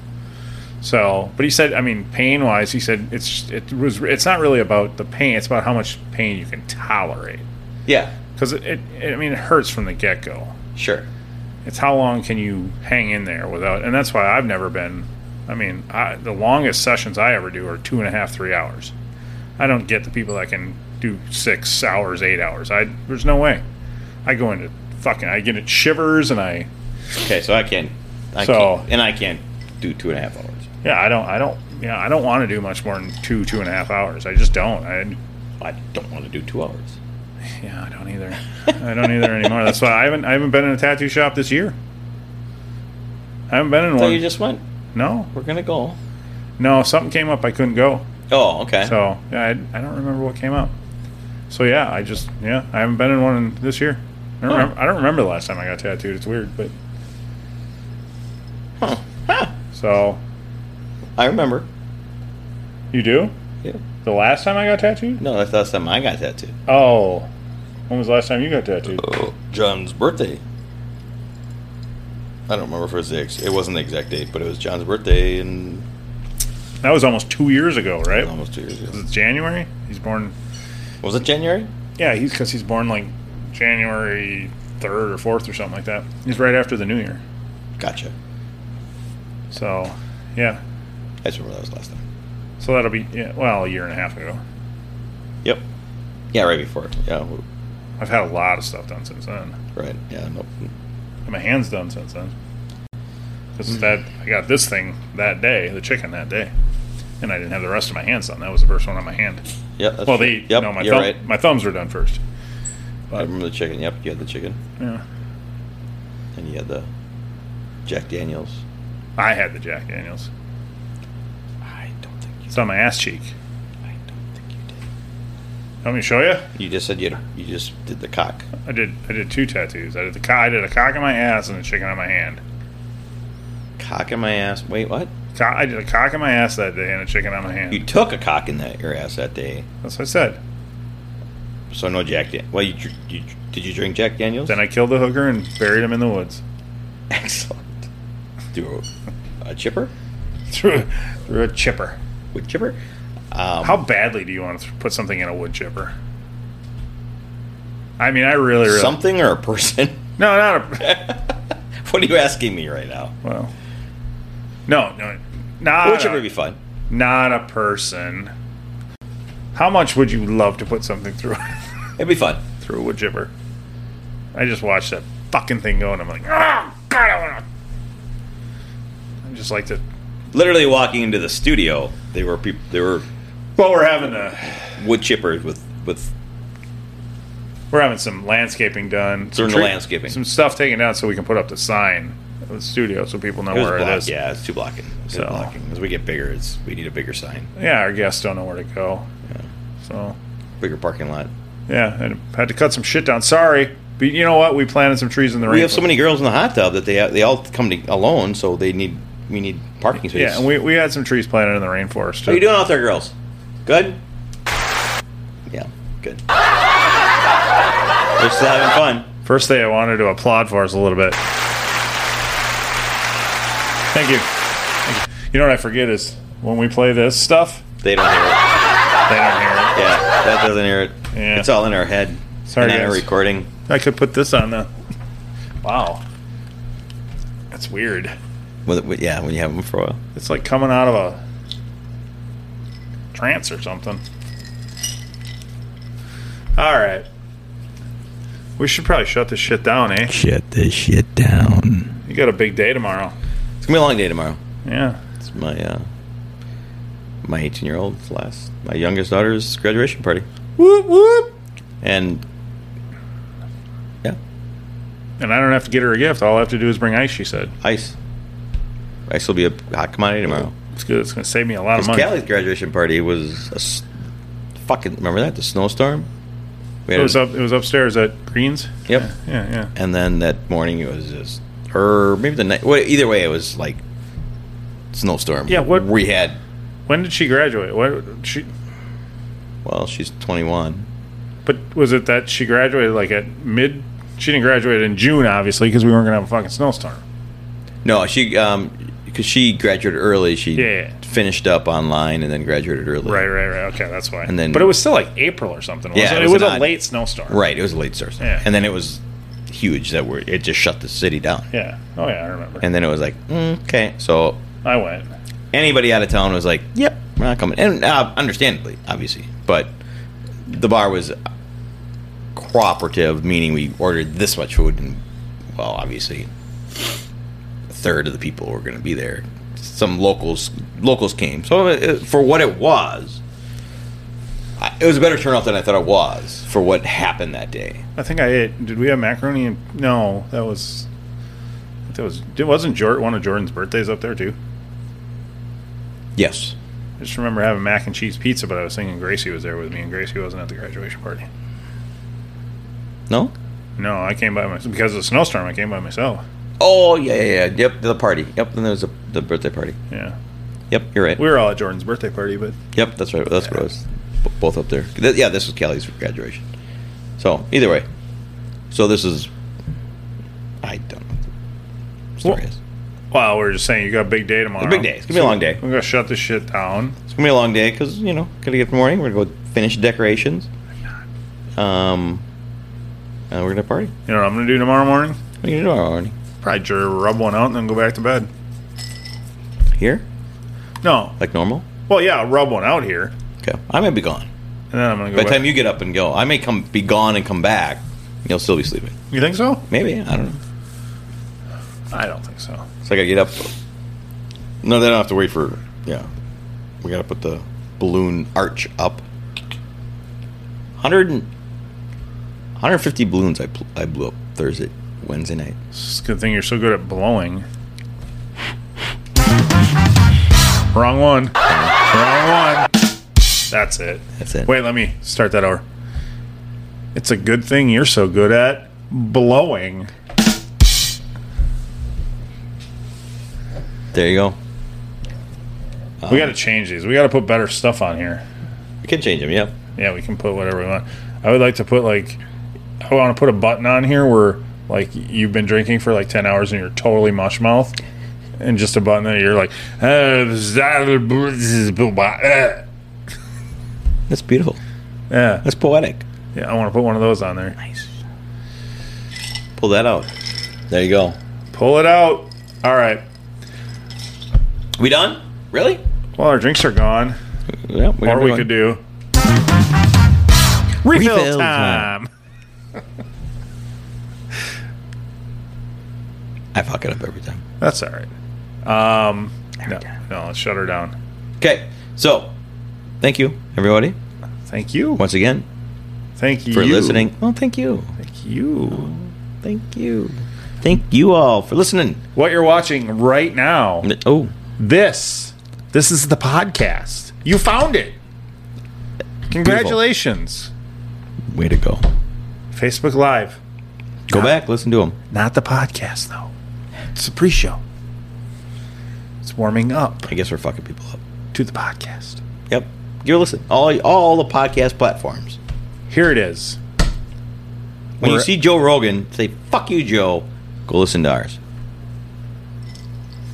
B: So, but he said, I mean, pain wise, he said it's it was it's not really about the pain. It's about how much pain you can tolerate.
C: Yeah,
B: Because it, it, I mean, it hurts from the get go.
C: sure.
B: it's how long can you hang in there without and that's why i've never been i mean I, the longest sessions i ever do are two and a half three hours i don't get the people that can do six hours eight hours i there's no way i go into fucking i get it shivers and i
C: Okay, so I can. I
B: So-
C: can't, and I can't do two and a half hours.
B: Yeah, I don't. I don't. Yeah, I don't want to do much more than two, two and a half hours. I just don't. I.
C: I don't want to do two hours.
B: Yeah, I don't either. I don't either anymore. That's why I haven't. I haven't been in a tattoo shop this year. I haven't been in
C: So
B: one.
C: you just went.
B: no,
C: We're gonna go.
B: no. Something came up. I couldn't go.
C: Oh, okay.
B: So yeah, I, I don't remember what came up. So yeah, I just yeah, I haven't been in one in, this year. I don't,
C: Huh.
B: remember, I don't remember the last time I got tattooed. It's weird, but
C: Huh. Huh.
B: so
C: I remember.
B: you do
C: Yeah.
B: the last time I got tattooed.
C: No, that's the last time I got tattooed.
B: Oh, when was the last time you got tattooed?
C: Oh, John's birthday. I don't remember if it was the ex- it wasn't the exact date, but it was John's birthday in
B: That was almost two years ago, right? Mm.
C: almost two years ago.
B: Was it January? He's born.
C: Was it January?
B: Yeah, he's because he's born like January third or fourth or something like that. He's right after the New Year.
C: Gotcha.
B: So yeah,
C: I just remember that was last time.
B: so that'll be yeah, well a year and a half ago.
C: Yep. Yeah, right before. Yeah. w-
B: I've had a lot of stuff done since then.
C: Right. Yeah. Nope. Mm.
B: And my hands done since then.
C: Hmm.
B: Because that I got this thing that day, the chicken that day, and I didn't have the rest of my hands done. That was the first one on my hand.
C: Yep. That's
B: well,
C: true.
B: they
C: Yep.
B: no, my
C: you're
B: thumb,
C: right.
B: my thumbs were done first.
C: I remember the chicken. Yep. You had the chicken,
B: Yeah,
C: and you had the Jack Daniels.
B: I had the Jack Daniels.
C: I don't think you.
B: It's on my ass cheek.
C: I don't think you did.
B: Want me to show you?
C: You just said you had, you just did the cock.
B: I did. I did two tattoos. I did the co- I did a cock on my ass and a chicken on my hand.
C: Cock in my ass. Wait, what?
B: Co- I did a cock on my ass that day and a chicken on my hand.
C: You took a cock in that your ass that day.
B: That's what I said.
C: So no Jack Dan. Well, you, dr- you dr- did you drink Jack Daniels?
B: Then I killed the hooker and buried him in the woods.
C: excellent. Do a, a chipper
B: Through through a chipper.
C: with chipper. Um,
B: How badly do you want to put something in a wood chipper? I mean, I really, really
C: something or a person?
B: no, not a
C: what are you asking me right now?
B: well, no, no, not
C: Would chipper
B: a,
C: be fun?
B: not a person. How much would you love to put something through
C: It'd be fun.
B: through a wood chipper? I just watched that fucking thing go, and I'm like, oh god, I want to. I just like to.
C: Literally walking into the studio, they were peop- they were
B: Well, we're having a
C: wood chippers with with
B: we're having some landscaping done. some
C: Doing the
B: tree-
C: landscaping.
B: some stuff taken down so we can put up the sign of the studio so people know
C: it was
B: where it
C: block-
B: is.
C: Yeah, it's too blocking. It's too
B: So-
C: blocking. As we get bigger, it's we need a bigger sign,
B: yeah, our guests don't know where to go. So,
C: bigger parking lot.
B: yeah, I had to cut some shit down. Sorry, but you know what? We planted some trees in the rain.
C: We have so many girls in the hot tub that they they all come to, alone, so they need we need parking space.
B: Yeah, and we, we had some trees planted in the rainforest.
C: How you doing out there, girls? Good. Yeah, good. They're still having fun.
B: First thing I wanted to applaud for us a little bit. Thank you. Thank you. You know what I forget is when we play this stuff,
C: They don't hear it.
B: they don't hear
C: Yeah, that doesn't hear it.
B: Yeah.
C: It's all in our head.
B: Sorry,
C: and on our
B: guys.
C: recording.
B: it. I could put this on the. Wow, that's weird.
C: With, with- yeah, when you have them for a while.
B: It's like coming out of a trance or something. All right. We should probably shut this shit down, eh?
C: Shut this shit down.
B: You got a big day tomorrow.
C: It's gonna be a long day tomorrow.
B: Yeah.
C: It's my uh, my 18 year old's last, my youngest daughter's graduation party,
B: Whoop whoop.
C: and yeah,
B: And I don't have to get her a gift. All I have to do is bring ice. She said.
C: ice. Ice will be a hot commodity tomorrow.
B: It's good. It's gonna save me a lot of
C: Because
B: money.
C: Callie's graduation party was a s- fucking remember that the snowstorm. We
B: It
C: had
B: was
C: a-
B: up. It was upstairs at Greens.
C: Yep.
B: Yeah, yeah.
C: and then that morning it was just or maybe the night. Well, either way, it was like snowstorm.
B: Yeah, what-
C: we had.
B: When did she graduate? What she?
C: Well, she's 21.
B: But was it that she graduated like at mid? She didn't graduate in June, obviously, because we weren't gonna have a fucking snowstorm.
C: No, she um because she graduated early. She
B: Yeah.
C: finished up online and then graduated early.
B: Right, right, right. Okay, that's why.
C: And then-
B: but it was still like April or something.
C: Yeah,
B: Wasn't it?
C: it
B: It
C: was
B: was,
C: an
B: a
C: odd-
B: late snowstorm.
C: Right, it was a late source.
B: Yeah.
C: And then it was huge that we it just shut the city down.
B: Yeah. Oh yeah, I remember.
C: And then it was like, mm, okay. So
B: I went.
C: anybody out of town was like, yep, we're not coming. And uh, understandably, obviously. But the bar was cooperative, meaning we ordered this much food and, well, obviously, a third of the people were going to be there. Some locals locals came, so it, for what it was, I- it was a better turnout than I thought it was for what happened that day.
B: I think I ate. Did we have macaroni? And, no, that was. That was. It wasn't Jor one of Jordan's birthdays up there too.
C: Yes,
B: I just remember having mac and cheese pizza, but I was thinking Gracie was there with me, and Gracie wasn't at the graduation party.
C: no.
B: No, I came by myself because of the snowstorm. I came by myself.
C: Oh yeah, yeah, yeah. Yep, the party. Yep, then there was a, the birthday party.
B: Yeah,
C: Yep, you're right.
B: we were all at Jordan's birthday party, but
C: Yep, that's right. That's what it was. B- both up there. Th- yeah, this was Kelly's graduation. So either way, so this is. I don't know. what the Story
B: Well,
C: is.
B: well, we are just saying you got a big day tomorrow.
C: A big day. It's gonna be a long day.
B: We're gonna shut this shit down.
C: It's gonna be a long day because you know gotta get up in the morning. We're gonna go finish decorations. Um, and we're gonna party.
B: You know what I'm gonna do tomorrow morning?
C: What are you gonna do tomorrow morning?
B: Probably jur- rub one out and then go back to bed.
C: Here,
B: No,
C: like normal.
B: well, yeah, I'll rub one out here,
C: Okay, I may be gone.
B: and then I'm gonna go.
C: By the
B: back.
C: time you get up and go, I may come be gone and come back. You'll still be sleeping.
B: you think so?
C: Maybe I don't know.
B: I don't think so.
C: So I gotta get up. No, they don't have to wait for. Yeah, we gotta put the balloon arch up. 100 and, 150 balloons I, pl- I blew up Thursday, Wednesday night.
B: It's a good thing you're so good at blowing. Wrong one. Wrong one. That's it.
C: That's it.
B: Wait, let me start that over. It's a good thing you're so good at blowing.
C: There you go. Um,
B: we got to change these. We got to put better stuff on here.
C: We can change them. Yep.
B: Yeah, we can put whatever we want. I would like to put like I want to put a button on here where like you've been drinking for like 10 hours and you're totally mush mouth and just a button that you're like "Eh, yeah.
C: That's beautiful. That's poetic.
B: Yeah, I want to put one of those on there.
C: Nice. Pull that out. There you go.
B: Pull it out. All right.
C: We done? Really?
B: Well, our drinks are gone.
C: Yeah. We
B: Or we could do refill,
C: Refill
B: time.
C: time. I fuck it up every time.
B: That's all right. Um, no,
C: time.
B: no, let's shut her down.
C: Okay. So, thank you, everybody,
B: Thank you.
C: once again
B: Thank you
C: for listening. Oh, thank you.
B: Thank you.
C: Thank you. Thank you all for listening.
B: What you're watching right now?
C: Oh,
B: This. This is the podcast. You found it. Congratulations.
C: way to go.
B: Facebook Live.
C: Go back, listen to them.
B: Not the podcast though. It's a pre-show. It's warming up.
C: I guess we're fucking people up.
B: to the podcast.
C: Yep. You're listening. All all the podcast platforms.
B: Here it is.
C: When you
B: We're-
C: see Joe Rogan, say "fuck you, Joe." Go listen to ours.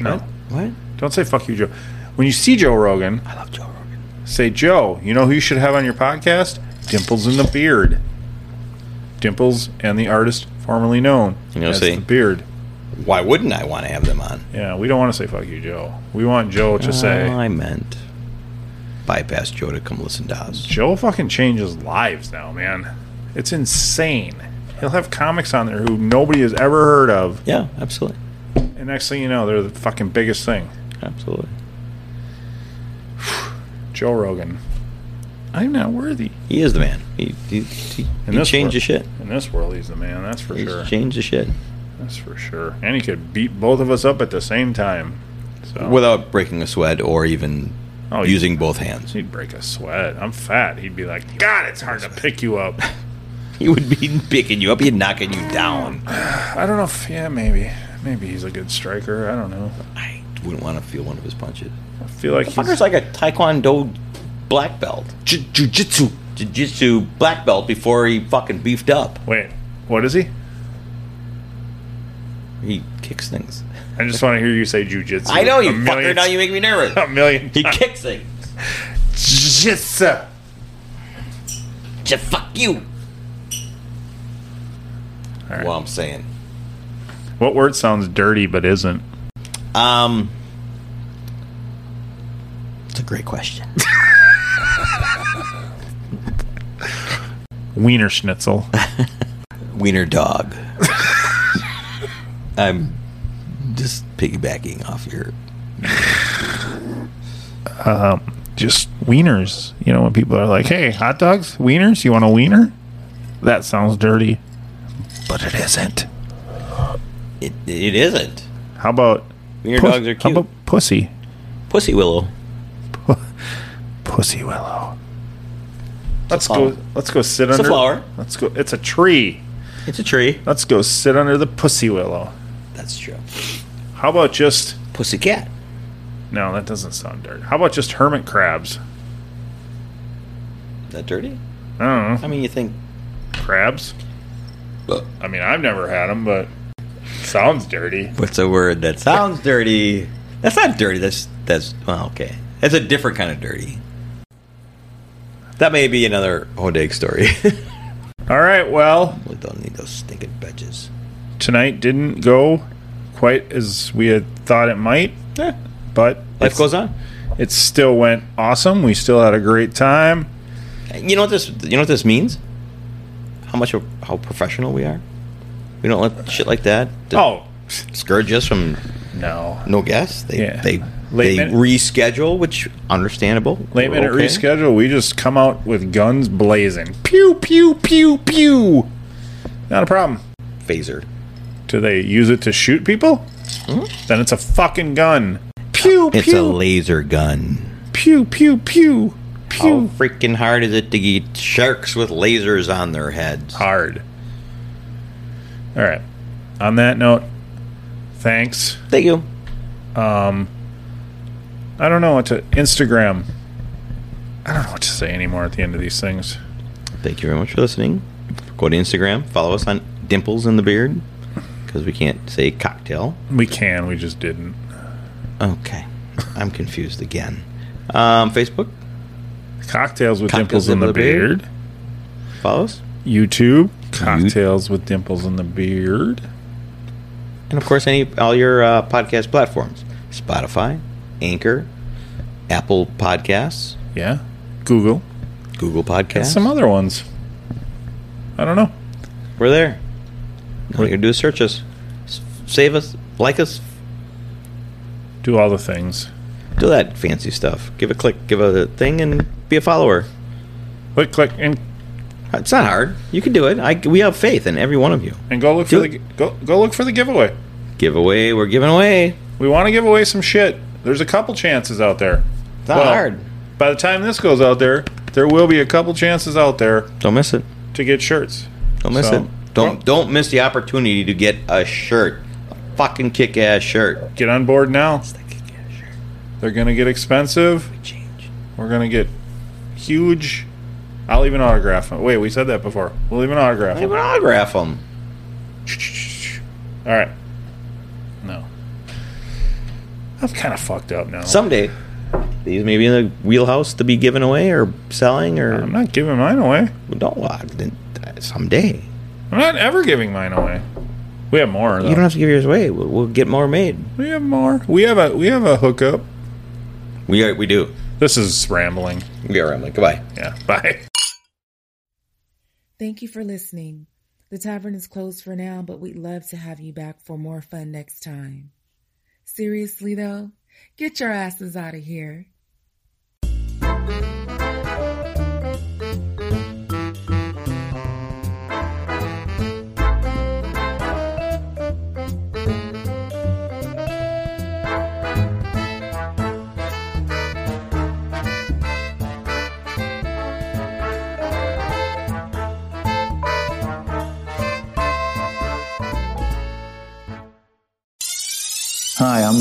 B: No,
C: Oh, What?
B: don't say fuck you, Joe. When you see Joe Rogan,
C: I love Joe Rogan.
B: say, Joe, you know who you should have on your podcast? Dimples in the Beard. Dimples and the artist formerly known
C: You know,
B: as
C: see?
B: the Beard.
C: Why wouldn't I want to have them on?
B: Yeah, we don't want to say fuck you, Joe. We want Joe to
C: Oh,
B: say,
C: I meant bypass Joe to come listen to us.
B: Joe fucking changes lives now, man. It's insane. He'll have comics on there who nobody has ever heard of,
C: Yeah, absolutely,
B: and next thing you know, they're the fucking biggest thing.
C: absolutely.
B: Joe Rogan. I'm not worthy.
C: He is the man. He he, he,
B: In
C: he
B: this
C: changed
B: world.
C: the shit.
B: In this world, he's the man. That's for
C: He's
B: sure.
C: changed the shit
B: That's for sure. And he could beat both of us up at the same time. So
C: without breaking a sweat or even
B: Oh, he-
C: using both hands.
B: he'd break a sweat. I'm fat. He'd be like, God, it's hard to pick you up.
C: He would be picking you up. He'd knocking you down.
B: I don't know if yeah, maybe, maybe he's a good striker. I don't know.
C: I wouldn't want to feel one of his punches.
B: I feel like
C: Fucker's
B: he's
C: like a Taekwondo black belt, J- jujitsu, jiu-jitsu black belt before he fucking beefed up.
B: wait. What is he?
C: He kicks things.
B: I just want to hear you say jujitsu.
C: I know you
B: a
C: fucker.
B: million-
C: Now you make me nervous.
B: a million.
C: He kicks things.
B: jujitsu.
C: J- fuck you.
B: right.
C: Well, I'm saying.
B: What word sounds dirty but isn't?
C: Um, it's a great question.
B: Wiener schnitzel.
C: Wiener dog. I'm piggybacking off your
B: Just wieners. You know, when people are like, hey, hot dogs, wieners, you want a wiener? That sounds dirty, but it isn't.
C: It, it isn't.
B: How about
C: Wiener
B: pus-
C: dogs are
B: How
C: cute.
B: about pussy?
C: Pussy Willow.
B: Pussy willow. Let's
C: flower.
B: go. Let's go sit
C: a
B: under.
C: flower.
B: Let's go. It's a tree.
C: It's a tree.
B: Let's go sit under the pussy willow.
C: That's true.
B: How about just?
C: Pussy cat.
B: No, that doesn't sound dirty. How about just hermit crabs?
C: Is that dirty?
B: I don't know.
C: I mean, you think.
B: Crabs. I mean, I've never had them, but sounds dirty.
C: What's a word that sounds dirty? That's not dirty. That's that's well, okay. That's a different kind of dirty. That may be another Hodeg story.
B: All right. Well,
C: we don't need those stinking bitches.
B: tonight didn't go quite as we had thought it might,
C: Yeah,
B: but
C: life
B: it's-
C: goes on.
B: It still went awesome. We still had a great time.
C: You know what this? You know what this means? How much of how professional we are. We don't let shit like that to
B: Oh
C: scourge us from
B: no.
C: no guests. They
B: Yeah.
C: they
B: Late
C: they
B: minute-
C: reschedule, which understandable.
B: Late
C: We're
B: minute
C: okay.
B: reschedule. We just come out with guns blazing. Pew pew pew pew. Not a problem.
C: phaser.
B: Do they use it to shoot people? Then it's a fucking gun. Pew
C: It's a
B: pew
C: laser gun.
B: pew pew pew
C: How
B: pew.
C: freaking hard is it to get sharks with lasers on their heads?
B: Hard. All right. On that note, thanks.
C: Thank you.
B: I don't know what to Instagram. I don't know what to say anymore at the end of these things.
C: Thank you very much for listening. Go to Instagram. Follow us on Dimples in the Beard because we can't say cocktail.
B: We can, we just didn't.
C: Okay. I'm confused again. Um, Facebook.
B: Cocktails with
C: Cocktails
B: dimples in the, beard.
C: Follow us.
B: YouTube, cocktails with dimples in the beard.
C: And of course, any all your uh, podcast platforms Spotify, Anchor, Apple Podcasts,
B: Yeah, Google
C: Google
B: and
C: Podcasts.
B: some other ones. I don't know.
C: We're there. All you gotta do is search us, S- save us, like us,
B: Do all the things.
C: do that fancy stuff. Give a click, give a thing, and be a follower.
B: Click, click, and
C: It's not hard. You can do it. I, we have faith in every one of you.
B: and go look
C: Do
B: for the go go look for the giveaway.
C: Giveaway, we're giving away.
B: We want to give away some shit. There's a couple chances out there.
C: It's not
B: Well,
C: hard.
B: By the time this goes out there, there will be a couple chances out there
C: Don't miss it.
B: to get shirts.
C: Don't miss
B: So-
C: it. Don't don't miss the opportunity to get a shirt, a fucking kick ass shirt.
B: Get on board now.
C: It's the kick ass shirt.
B: They're gonna get expensive.
C: We change.
B: We're gonna get huge. I'll even autograph them. Wait, we said that before. We'll even autograph
C: I
B: them.
C: would autograph them.
B: All right. No. I'm kind of fucked up now.
C: Someday, these may be in the wheelhouse to be given away or selling or
B: I'm not giving mine away.
C: don't. Well, I didn't- uh, someday.
B: I'm not ever giving mine away. We have more. Though.
C: You don't have to give yours away. We'll, we'll get more made.
B: we have more. We have a we have a hookup.
C: We are, we do.
B: This is rambling.
C: We are. I'm like, goodbye.
B: Yeah. Bye.
D: Thank you for listening. The tavern is closed for now, but we'd love to have you back for more fun next time. Seriously, though, get your asses out of here.
A: Hi, I'm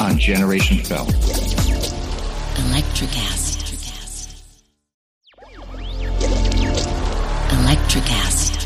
A: on Generation Film.
E: Electric acid. Electric acid.